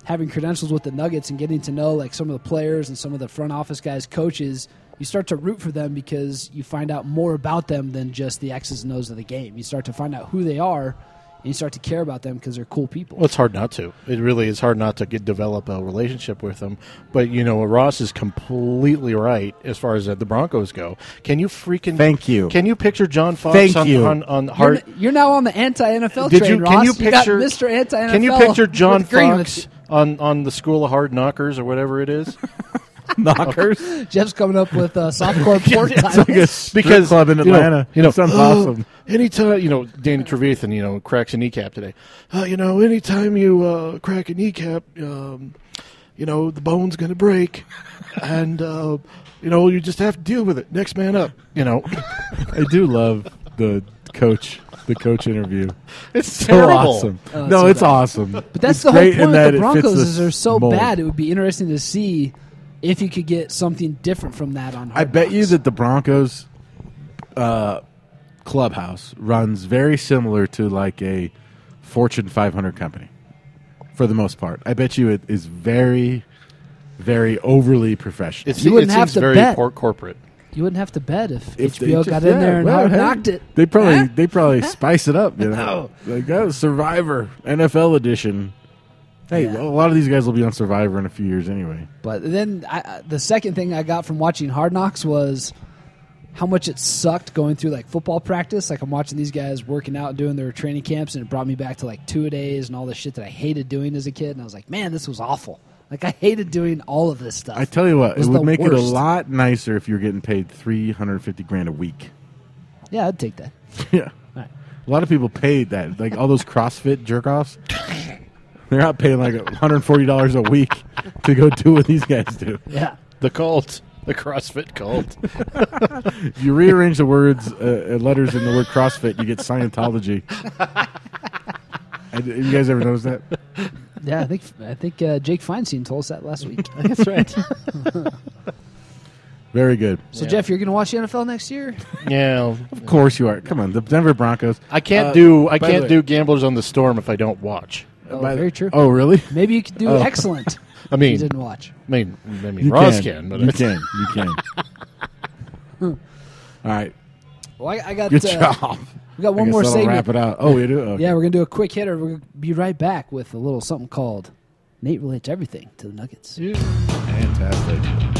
Speaker 3: having credentials with the Nuggets and getting to know like some of the players and some of the front office guys, coaches. You start to root for them because you find out more about them than just the X's and O's of the game. You start to find out who they are, and you start to care about them because they're cool people.
Speaker 4: Well, it's hard not to. It really is hard not to get, develop a relationship with them. But you know, Ross is completely right as far as uh, the Broncos go. Can you freaking
Speaker 1: Thank you.
Speaker 4: Can you picture John Fox
Speaker 1: Thank
Speaker 4: on,
Speaker 1: you.
Speaker 4: on on
Speaker 3: you're,
Speaker 4: Hart?
Speaker 3: n- you're now on the anti NFL
Speaker 4: Did
Speaker 3: train,
Speaker 4: you
Speaker 3: Ross.
Speaker 4: can you
Speaker 3: got
Speaker 4: picture
Speaker 3: Mr. Anti NFL?
Speaker 4: Can you picture John Fox on on the School of Hard Knockers or whatever it is?
Speaker 1: Knockers.
Speaker 3: Jeff's coming up with uh, softcore pork
Speaker 4: It's
Speaker 3: titles.
Speaker 1: like a strip because club in
Speaker 4: you know,
Speaker 1: Atlanta.
Speaker 4: You know,
Speaker 1: That sounds awesome.
Speaker 4: Anytime you know Danny Trevathan, you know, cracks a kneecap today. Uh, you know, anytime you uh, crack a kneecap, um, you know the bone's going to break, and uh, you know you just have to deal with it. Next man up. You know,
Speaker 1: I do love the coach, the coach interview.
Speaker 4: it's
Speaker 1: So awesome. no,
Speaker 3: Oh, so
Speaker 1: it's
Speaker 3: bad.
Speaker 1: awesome.
Speaker 3: But that's
Speaker 1: It's
Speaker 3: the whole
Speaker 1: great
Speaker 3: point
Speaker 1: in
Speaker 3: with
Speaker 1: that
Speaker 3: the
Speaker 1: it fits
Speaker 3: Broncos
Speaker 1: this
Speaker 3: is they're so
Speaker 1: mold.
Speaker 3: bad. It would be interesting to see if you could get something different from that on.
Speaker 1: I
Speaker 3: Hard
Speaker 1: bet you
Speaker 3: Knocks.
Speaker 1: that the Broncos uh, clubhouse runs very similar to like a Fortune 500 company for the most part. I bet you it is very, very overly professional.
Speaker 4: It's,
Speaker 3: You wouldn't
Speaker 4: it
Speaker 3: have
Speaker 4: seems
Speaker 3: to
Speaker 4: very
Speaker 3: bet.
Speaker 4: cor- corporate.
Speaker 3: you wouldn't have to bet if,
Speaker 1: If they
Speaker 3: HBO
Speaker 1: just-
Speaker 3: got in
Speaker 1: yeah,
Speaker 3: there and
Speaker 1: well,
Speaker 3: hard
Speaker 1: hey,
Speaker 3: knocked it.
Speaker 1: They probably
Speaker 3: Huh?
Speaker 1: they probably spice it up, you know. Like oh, Survivor NFL edition. Hey,
Speaker 3: Yeah.
Speaker 1: well, a lot of these guys will be on Survivor in a few years anyway.
Speaker 3: But then I, I- the second thing I got from watching Hard Knocks was how much it sucked going through like football practice. Like I'm watching these guys working out, doing their training camps, and it brought me back to like two a days and all the shit that I hated doing as a kid. And I was like, man, this was awful. Like I hated doing all of this stuff.
Speaker 1: I tell you what, it
Speaker 3: was
Speaker 1: would
Speaker 3: the
Speaker 1: make it a
Speaker 3: worst.
Speaker 1: lot nicer if you're getting paid three hundred fifty grand a week.
Speaker 3: Yeah, I'd take that.
Speaker 1: yeah, a lot of people paid that. Like all those CrossFit jerk offs, they're not paying like one hundred forty dollars a week to go do what these guys do.
Speaker 3: Yeah.
Speaker 4: The cult, the CrossFit cult.
Speaker 1: If you rearrange the words, uh, uh, letters in the word CrossFit, you get Scientology. And- uh, you guys ever notice that?
Speaker 3: Yeah, I think I think uh, Jake Feinstein told us that last week.
Speaker 4: That's right.
Speaker 1: Very good.
Speaker 3: So Jeff, you're gonna watch the NFL next year?
Speaker 4: yeah,
Speaker 1: Of course you are. Come on, the Denver Broncos.
Speaker 4: I can't
Speaker 1: Uh,
Speaker 4: do I
Speaker 1: by the
Speaker 4: can't
Speaker 1: way-
Speaker 4: do Gamblers on the Storm if I don't watch.
Speaker 3: Oh,
Speaker 1: by the-
Speaker 3: very true.
Speaker 1: Oh, really?
Speaker 3: Maybe you could do
Speaker 1: Oh.
Speaker 3: excellent.
Speaker 4: I mean,
Speaker 3: You didn't watch.
Speaker 4: I mean, I mean,
Speaker 1: You
Speaker 4: Ross
Speaker 1: can.
Speaker 4: can, but
Speaker 1: you
Speaker 4: it's-
Speaker 1: can. You can. All right.
Speaker 3: Well, I, I got
Speaker 1: Good
Speaker 3: uh,
Speaker 1: job.
Speaker 3: We got
Speaker 1: I
Speaker 3: one
Speaker 1: guess
Speaker 3: more
Speaker 1: that'll
Speaker 3: segment.
Speaker 1: wrap it out. Oh, we do. Okay.
Speaker 3: Yeah, we're going to do a quick hitter. We'll be right back with a little something called Nate Relates Everything to the Nuggets.
Speaker 1: fantastic.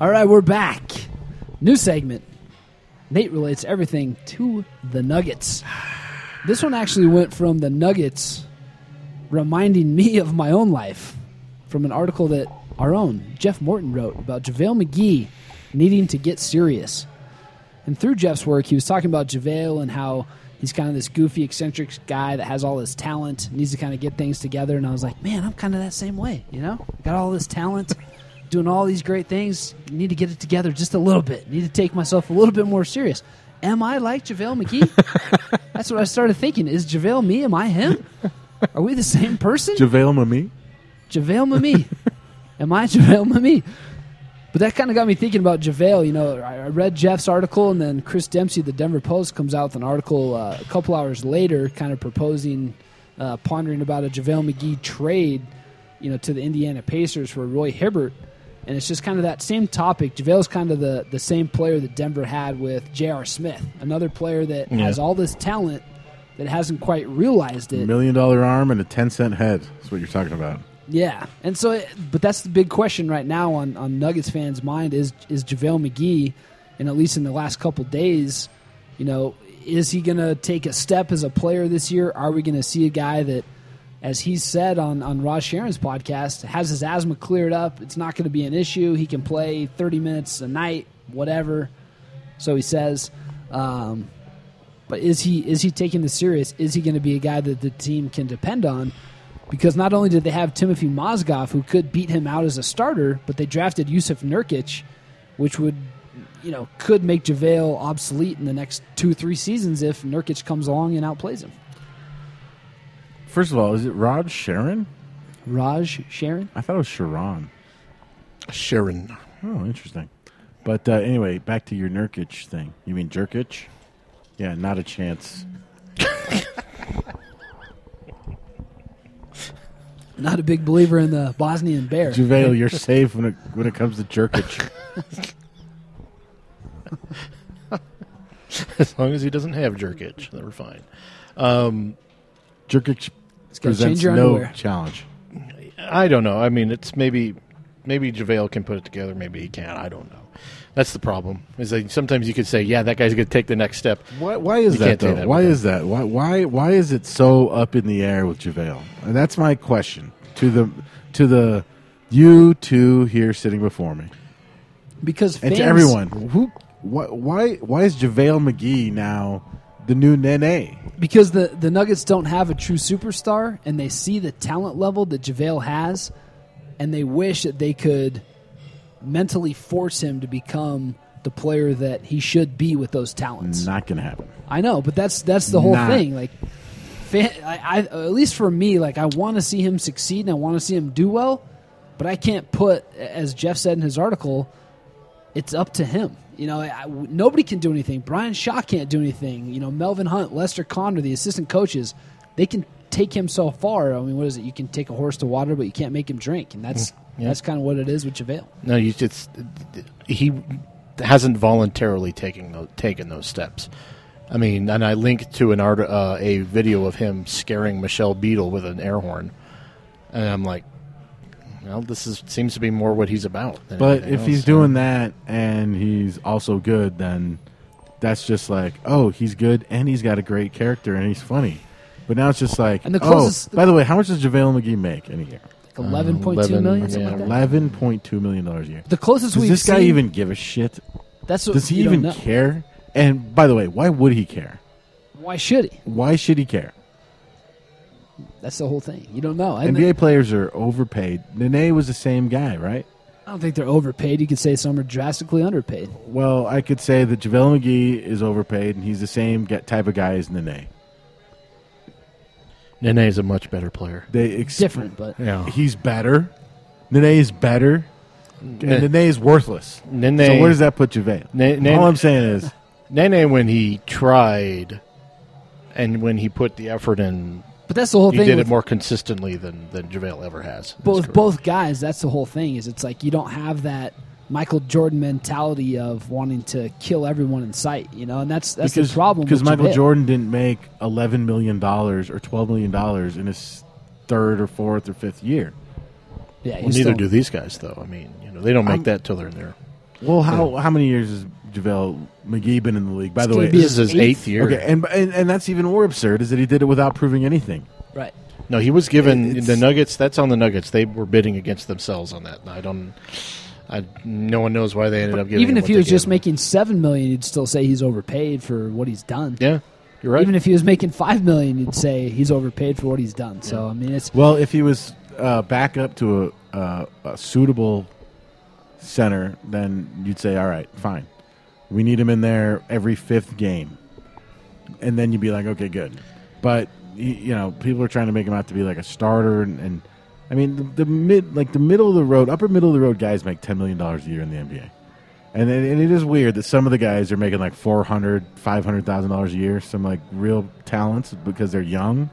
Speaker 3: All right, we're back. New segment. Nate relates everything to the Nuggets. This one actually went from the Nuggets reminding me of my own life from an article that our own Jeff Morton wrote about JaVale McGee needing to get serious. And through Jeff's work, he was talking about JaVale and how he's kind of this goofy, eccentric guy that has all this talent, needs to kind of get things together. And I was like, man, I'm kind of that same way, you know? Got all this talent, doing all these great things, need to get it together just a little bit, need to take myself a little bit more serious. Am I like JaVale McGee? That's what I started thinking. Is JaVale me? Am I him? Are we the same person?
Speaker 1: JaVale Mami?
Speaker 3: JaVale Mami. Am I JaVale Mami? But that kind of got me thinking about JaVale. You know, I I read Jeff's article, and then Chris Dempsey, the Denver Post, comes out with an article uh, a couple hours later, kind of proposing, uh, pondering about a JaVale McGee trade, you know, to the Indiana Pacers for Roy Hibbert. And it's just kind of that same topic. JaVale's kind of the, the same player that Denver had with J.R. Smith, another player that
Speaker 4: Yeah.
Speaker 3: has all this talent that hasn't quite realized it.
Speaker 1: Million dollar arm and a 10 cent head. That's what you're talking about.
Speaker 3: Yeah, and so, it, but that's the big question right now on, on Nuggets fans' mind is is JaVale McGee, and at least in the last couple days, you know, is he going to take a step as a player this year? Are we going to see a guy that, as he said on on Ross Sharon's podcast, has his asthma cleared up? It's not going to be an issue. He can play thirty minutes a night, whatever. So he says. Um, but is he is he taking this serious? Is he going to be a guy that the team can depend on? Because not only did they have Timothy Mozgov, who could beat him out as a starter, but they drafted Yusuf Nurkic, which would, you know, could make JaVale obsolete in the next two three seasons if Nurkic comes along and outplays him.
Speaker 1: First of all, is it Rod Sharon?
Speaker 3: Raj Sharon,
Speaker 1: I thought it was Sharon.
Speaker 4: Sharon.
Speaker 1: Oh, interesting. But uh, anyway, back to your Nurkic thing. You mean Jerkic? Yeah, not a chance.
Speaker 3: not a big believer in the Bosnian bear.
Speaker 1: JaVale, you're safe when it, when it comes to Jerkic.
Speaker 4: As long as he doesn't have jerkage, then we're fine.
Speaker 1: Jerkic
Speaker 3: gotta
Speaker 1: presents
Speaker 3: change your
Speaker 1: no
Speaker 3: underwear.
Speaker 1: challenge.
Speaker 4: I don't know. I mean, it's maybe maybe JaVale can put it together. Maybe he can't. I don't know. That's the problem. Is that sometimes you could say, yeah, that guy's going to take the next step.
Speaker 1: Why, why is
Speaker 4: You
Speaker 1: that
Speaker 4: can't say
Speaker 1: though?
Speaker 4: that
Speaker 1: why
Speaker 4: with
Speaker 1: is that? Why why why is it so up in the air with JaVale? And that's my question to the to the you two here sitting before me
Speaker 3: because
Speaker 1: and
Speaker 3: fans,
Speaker 1: to everyone. Who why why why is JaVale McGee now the new Nene?
Speaker 3: because the, the Nuggets don't have a true superstar and they see the talent level that JaVale has and they wish that they could mentally force him to become the player that he should be with those talents.
Speaker 1: Not gonna happen.
Speaker 3: I know, but that's that's the whole
Speaker 1: Nah.
Speaker 3: thing. Like, fan, I, I at least for me, like I want to see him succeed and I want to see him do well, but I can't put, as Jeff said in his article, it's up to him. You know, I, nobody can do anything. Brian Shaw can't do anything. You know, Melvin Hunt, Lester Condor, the assistant coaches, they can take him so far. I mean, what is it? You can take a horse to water, but you can't make him drink, and
Speaker 1: Mm,
Speaker 3: that's that's kind of what it is with Javale.
Speaker 4: No, you just he hasn't voluntarily taken those, taken those steps. I mean, and I linked to an art uh, a video of him scaring Michelle Beadle with an air horn, and I'm like, well, this is seems to be more what he's about. than
Speaker 1: But
Speaker 4: anything
Speaker 1: if he's
Speaker 4: else.
Speaker 1: doing that and he's also good, then that's just like, oh, he's good and he's got a great character and he's funny. But now it's just like,
Speaker 3: And the
Speaker 1: oh,
Speaker 3: closest-
Speaker 1: by the way, how much does JaVale McGee make in a year?
Speaker 3: Like eleven point two
Speaker 4: 11,
Speaker 3: million, something
Speaker 4: yeah.
Speaker 3: like that.
Speaker 1: Eleven point two million dollars a year.
Speaker 3: The closest
Speaker 1: Does
Speaker 3: we've
Speaker 1: this guy
Speaker 3: seen-
Speaker 1: even give a shit?
Speaker 3: That's what
Speaker 1: Does he
Speaker 3: you don't
Speaker 1: even
Speaker 3: know.
Speaker 1: care? And by the way, why would he care?
Speaker 3: Why should he?
Speaker 1: Why should he care?
Speaker 3: That's the whole thing. You don't know. I, mean,
Speaker 1: NBA players are overpaid. Nene was the same guy, right?
Speaker 3: I don't think they're overpaid. You could say some are drastically underpaid.
Speaker 1: Well, I could say that JaVale McGee is overpaid, and he's the same ga- type of guy as Nene.
Speaker 4: Nene is a much better player.
Speaker 1: They ex-
Speaker 3: Different, but
Speaker 4: Yeah,
Speaker 1: He's better. Nene is better. And Nene is worthless.
Speaker 4: Nene.
Speaker 1: so where does that put JaVale?
Speaker 4: Ne- Nene-
Speaker 1: All I'm saying is,
Speaker 4: Nene when he tried, and when he put the effort in,
Speaker 3: but that's the whole
Speaker 4: he
Speaker 3: thing.
Speaker 4: did
Speaker 3: with,
Speaker 4: it more consistently than than Javale ever has. in his
Speaker 3: but with
Speaker 4: career.
Speaker 3: both guys, that's the whole thing. Is it's like you don't have that Michael Jordan mentality of wanting to kill everyone in sight. You know, and that's that's
Speaker 1: because,
Speaker 3: the problem.
Speaker 1: because
Speaker 3: with
Speaker 1: Michael
Speaker 3: JaVale.
Speaker 1: Jordan didn't make eleven million dollars or twelve million dollars in his third or fourth or fifth year.
Speaker 3: yeah,
Speaker 4: Well,
Speaker 3: he's
Speaker 4: neither
Speaker 3: still-
Speaker 4: do these guys, though. I mean, you know, they don't make
Speaker 3: Um,
Speaker 4: that till they're in there.
Speaker 1: Well, how how many years has JaVale McGee been in the league? By the
Speaker 3: gonna
Speaker 1: way,
Speaker 3: be
Speaker 4: This is his eighth, year.
Speaker 1: okay, and, and and that's even more absurd is that he did it without proving anything.
Speaker 3: right.
Speaker 4: No, he was given
Speaker 1: It's-
Speaker 4: the Nuggets. That's on the Nuggets. They were bidding against themselves on that. and I don't. I, no one knows why they ended up giving.
Speaker 3: Even
Speaker 4: him
Speaker 3: if
Speaker 4: what
Speaker 3: he
Speaker 4: they
Speaker 3: was
Speaker 4: gave
Speaker 3: just
Speaker 4: him.
Speaker 3: making seven million, you'd still say he's overpaid for what he's done.
Speaker 4: yeah, you're right.
Speaker 3: Even if he was making five million, you'd say he's overpaid for what he's done. So I mean, it's
Speaker 1: Well, if he was uh, back up to a, uh, a suitable center, then you'd say, all right, fine. We need him in there every fifth game. And then you'd be like, okay, good. But, y- you know, people are trying to make him out to be like a starter. And, and I mean, the, the mid, like the middle of the road, upper middle of the road guys make $10 million a year in the NBA. And, it- and it is weird that some of the guys are making like four hundred, five hundred thousand dollars a year. Some like real talents because they're young,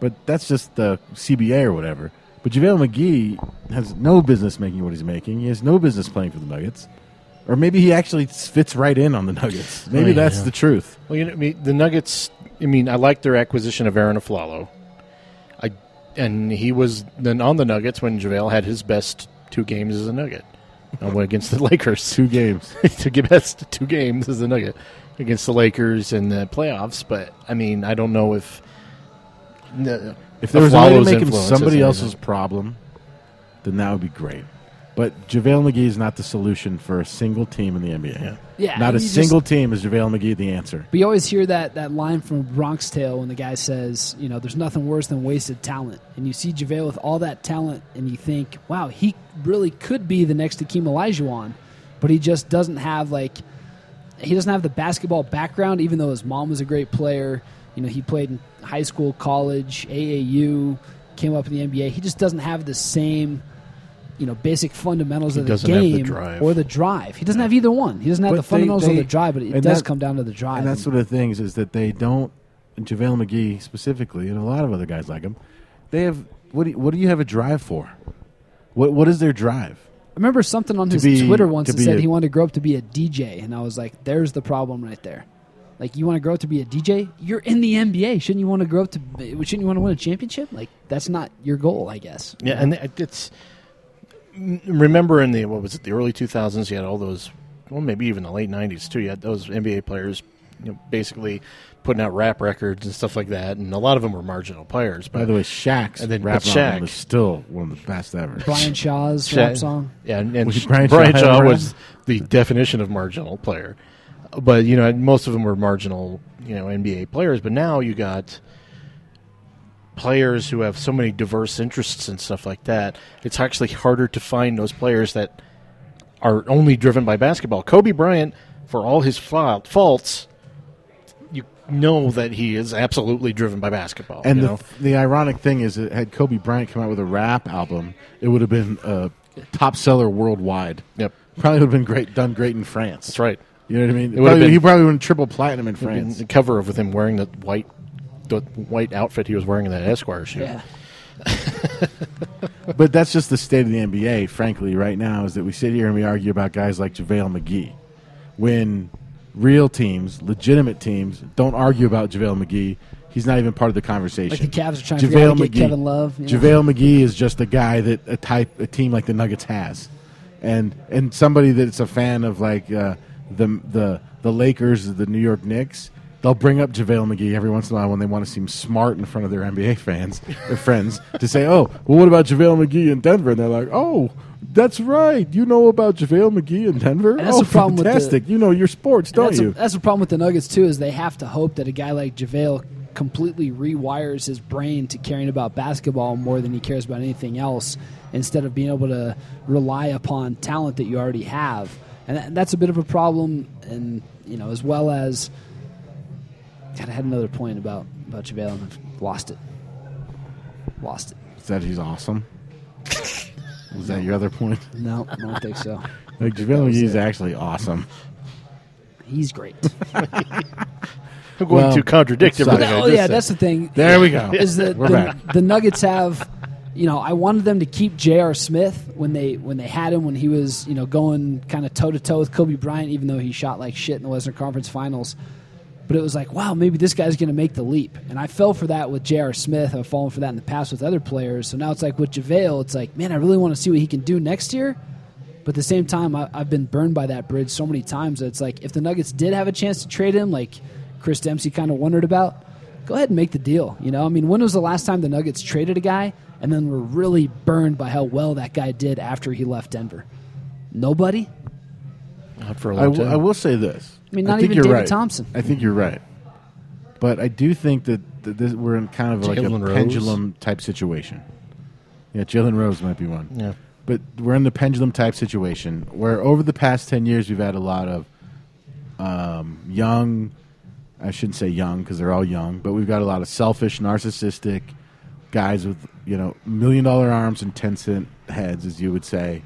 Speaker 1: but that's just the CBA or whatever. But JaVale McGee has no business making what he's making. He has no business playing for the Nuggets, or maybe he actually fits right in on the Nuggets. Maybe
Speaker 4: Oh, yeah.
Speaker 1: that's the truth.
Speaker 4: Well, you know, I mean, the Nuggets. I mean, I like their acquisition of Aaron Aflalo. I and he was then on the Nuggets when JaVale had his best two games as a Nugget. I went against the Lakers
Speaker 1: Two games.
Speaker 4: to get best two games as a Nugget against the Lakers in the playoffs. But I mean, I don't know if n-
Speaker 1: If there was a way to
Speaker 4: Aflalo's
Speaker 1: make him
Speaker 4: influence is
Speaker 1: somebody
Speaker 4: anything.
Speaker 1: else's problem, then that would be great. But JaVale McGee is not the solution for a single team in the NBA.
Speaker 3: Yeah,
Speaker 1: not
Speaker 3: and
Speaker 1: a
Speaker 3: you just-
Speaker 1: single team is JaVale McGee the answer.
Speaker 3: But you always hear that, that line from Bronx Tale when the guy says, you know, there's nothing worse than wasted talent. And you see JaVale with all that talent, and you think, wow, he really could be the next Hakeem Olajuwon, but he just doesn't have like he doesn't have the basketball background, even though his mom was a great player. You know, he played in high school, college, AAU, came up in the NBA. He just doesn't have the same, you know, basic fundamentals of the
Speaker 4: doesn't have the
Speaker 3: game
Speaker 4: drive.
Speaker 3: or the drive. He doesn't have either one. He doesn't have
Speaker 1: But
Speaker 3: the
Speaker 1: they-
Speaker 3: fundamentals
Speaker 1: they-
Speaker 3: of the drive, but it
Speaker 1: and
Speaker 3: does
Speaker 1: that-
Speaker 3: come down to the drive.
Speaker 1: And that's
Speaker 3: And-
Speaker 1: one of the things is that they don't and JaVale McGee specifically, and a lot of other guys like him, they have what do you, what do you have a drive for? What what is their drive?
Speaker 3: I remember something on
Speaker 1: To
Speaker 3: his
Speaker 1: be-
Speaker 3: Twitter once
Speaker 1: to
Speaker 3: that
Speaker 1: be
Speaker 3: said
Speaker 1: a-
Speaker 3: he wanted to grow up to be a DJ, and I was like, "There's the problem right there. Like, you want to grow up to be a DJ? You're in the NBA. Shouldn't you want to grow up to? Be, shouldn't you want to win a championship? Like, that's not your goal, I guess.
Speaker 4: Yeah, and it- it's m- remember in the what was it the early two thousands? You had all those, well, maybe even the late nineties too. You had those NBA players, you know, basically putting out rap records and stuff like that, and a lot of them were marginal players. But
Speaker 1: By the way, Shaq's
Speaker 4: And then-
Speaker 1: rap
Speaker 4: but
Speaker 1: album
Speaker 4: Shaq-
Speaker 1: is still one of the best ever.
Speaker 3: Brian Shaw's
Speaker 4: Sha-
Speaker 3: rap song.
Speaker 4: yeah, and, and
Speaker 1: Was
Speaker 4: Sh-
Speaker 1: Brian
Speaker 4: Brian,
Speaker 1: Shaw
Speaker 4: Shaw
Speaker 1: around?
Speaker 4: was the definition of marginal player. But you know, and most of them were marginal, you know, NBA players. But now you got players who have so many diverse interests and stuff like that. It's actually harder to find those players that are only driven by basketball. Kobe Bryant, for all his fa- faults, you know that he is absolutely driven by basketball.
Speaker 1: And
Speaker 4: you
Speaker 1: the,
Speaker 4: know?
Speaker 1: the ironic thing is, that had Kobe Bryant come out with a rap album, it would have been a top seller worldwide.
Speaker 4: Yep.
Speaker 1: Probably would have been great, done great in France.
Speaker 4: that's right.
Speaker 1: You know what I mean?
Speaker 4: It would have
Speaker 1: Probably-
Speaker 4: been-
Speaker 1: he probably went triple platinum in
Speaker 4: And
Speaker 1: France.
Speaker 4: the cover of with him wearing the white the white outfit he was wearing in that Esquire shoe.
Speaker 3: Yeah,
Speaker 1: but that's just the state of the NBA, frankly, right now, is that we sit here and we argue about guys like JaVale McGee when real teams, legitimate teams, don't argue about JaVale McGee. He's not even part of the conversation.
Speaker 3: Like the Cavs are trying to figure out how to get Kevin Love, you know?
Speaker 1: JaVale McGee is just a guy that a type a team like the Nuggets has, and and somebody that's a fan of like uh, the the the Lakers, the New York Knicks. They'll bring up JaVale McGee every once in a while when they want to seem smart in front of their NBA fans, their friends, to say, "Oh, well, what about JaVale McGee in Denver?" And they're like, "Oh, that's right. You know about JaVale McGee in Denver?
Speaker 3: And that's
Speaker 1: oh,
Speaker 3: the problem with the-
Speaker 1: fantastic. you know your sports,
Speaker 3: And
Speaker 1: don't
Speaker 3: that's,
Speaker 1: you?"
Speaker 3: A, that's the problem with the Nuggets too. Is they have to hope that a guy like JaVale completely rewires his brain to caring about basketball more than he cares about anything else, instead of being able to rely upon talent that you already have. And that, that's a bit of a problem. And you know, as well as, God, I had another point about about JaVale and I've lost it. Lost it.
Speaker 1: Is that he's awesome? Was that your other point?
Speaker 3: No, I don't think so.
Speaker 1: Like JaVale McGee's actually awesome.
Speaker 3: He's great.
Speaker 4: I'm going
Speaker 1: Well,
Speaker 4: to contradict
Speaker 1: it's
Speaker 4: everything. I
Speaker 1: like-
Speaker 3: oh
Speaker 4: just
Speaker 3: yeah,
Speaker 4: said.
Speaker 3: that's the thing.
Speaker 1: There we go.
Speaker 3: is that
Speaker 1: We're
Speaker 3: the,
Speaker 1: back.
Speaker 3: the Nuggets have, you know, I wanted them to keep J.R. Smith when they when they had him when he was you know going kind of toe to toe with Kobe Bryant, even though he shot like shit in the Western Conference Finals. But it was like, wow, maybe this guy's going to make the leap. And I fell for that with J.R. Smith. I've fallen for that in the past with other players. So now it's like with JaVale, it's like, man, I really want to see what he can do next year. But at the same time, I, I've been burned by that bridge so many times that it's like if the Nuggets did have a chance to trade him, like Chris Dempsey kind of wondered about, go ahead and make the deal. You know, I mean, when was the last time the Nuggets traded a guy and then were really burned by how well that guy did after he left Denver? Nobody.
Speaker 4: Not for a
Speaker 1: I,
Speaker 4: long
Speaker 1: w-
Speaker 4: time.
Speaker 1: I will say this.
Speaker 3: I mean, not
Speaker 1: think
Speaker 3: even
Speaker 1: you're
Speaker 3: David
Speaker 1: right.
Speaker 3: Thompson.
Speaker 1: I think you're right. But I do think that, that this, we're in kind of like
Speaker 4: Jalen
Speaker 1: a
Speaker 4: Rose.
Speaker 1: pendulum type situation. Yeah, Jalen Rose might be one.
Speaker 4: Yeah.
Speaker 1: But we're in the pendulum type situation where over the past 10 years, we've had a lot of um, young, I shouldn't say young because they're all young, but we've got a lot of selfish, narcissistic guys with, you know, million dollar arms and 10 cent heads, as you would say,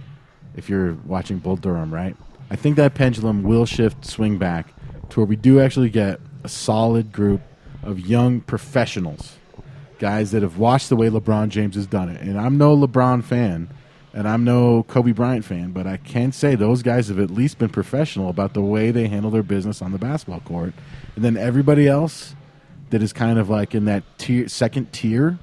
Speaker 1: if you're watching Bull Durham, right? I think that pendulum will shift, swing back to where we do actually get a solid group of young professionals, guys that have watched the way LeBron James has done it. And I'm no LeBron fan. And I'm no Kobe Bryant fan, but I can say those guys have at least been professional about the way they handle their business on the basketball court. And then everybody else that is kind of like in that tier, second tier,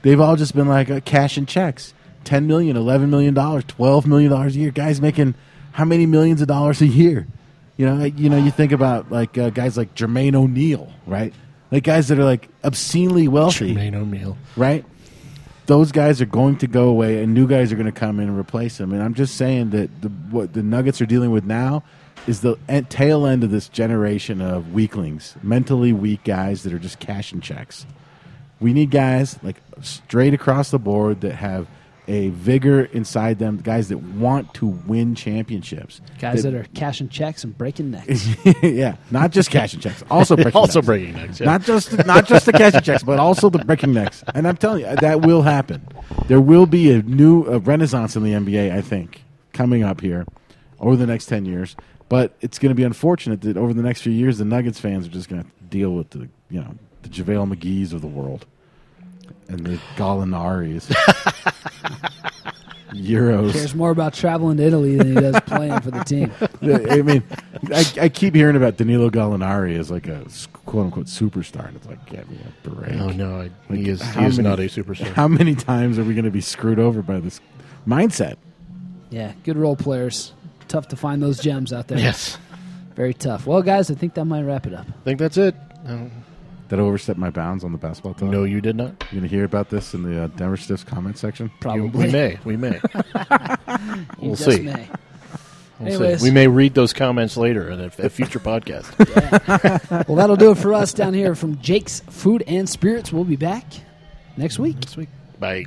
Speaker 1: they've all just been like uh, cash and checks 10 million, 11 million dollars, 12 million dollars a year. Guys making how many millions of dollars a year? You know, you know, you think about like uh, guys like Jermaine O'Neal, right? Like guys that are like obscenely wealthy
Speaker 4: Jermaine O'Neal.
Speaker 1: right? Those guys are going to go away, and new guys are going to come in and replace them. And I'm just saying that the, what the Nuggets are dealing with now is the en- tail end of this generation of weaklings, mentally weak guys that are just cashing checks. We need guys like straight across the board that have a vigor inside them, guys that want to win championships.
Speaker 3: Guys that, are cashing checks and breaking necks.
Speaker 1: yeah, not just cashing checks, also breaking
Speaker 4: Also
Speaker 1: necks.
Speaker 4: breaking necks, yeah.
Speaker 1: Not just not just the cashing checks, but also the breaking necks. And I'm telling you, that will happen. There will be a new a renaissance in the NBA, I think, coming up here over the next ten years. But it's going to be unfortunate that over the next few years, the Nuggets fans are just going to deal with the you know the JaVale McGee's of the world and the Gallinaris, Euros.
Speaker 3: Cares more about traveling to Italy than he does playing for the team.
Speaker 1: I mean, I, I keep hearing about Danilo Gallinari as like a quote unquote superstar, and it's like, give me a break.
Speaker 4: Oh no, I,
Speaker 1: Like,
Speaker 4: he is,
Speaker 1: how
Speaker 4: he is
Speaker 1: many-
Speaker 4: not a superstar.
Speaker 1: How many times are we going to be screwed over by this mindset?
Speaker 3: Yeah, good role players. Tough to find those gems out there.
Speaker 4: yes,
Speaker 3: Very tough. Well, guys, I think that might wrap it up.
Speaker 4: I think that's it. Um,
Speaker 1: Did I overstep my bounds on the basketball talk?
Speaker 4: no, you did not.
Speaker 1: You're going to hear about this in the uh, Denver Stiffs comment section?
Speaker 4: You-
Speaker 3: Probably.
Speaker 4: we may, we may,
Speaker 3: You
Speaker 4: we'll
Speaker 3: just
Speaker 4: see.
Speaker 3: may.
Speaker 4: we'll
Speaker 3: Anyways.
Speaker 4: see. We may read those comments later in a, a future podcast.
Speaker 3: Well, that'll do it for us down here from Jake's Food and Spirits. We'll be back next week.
Speaker 4: Next week. Bye.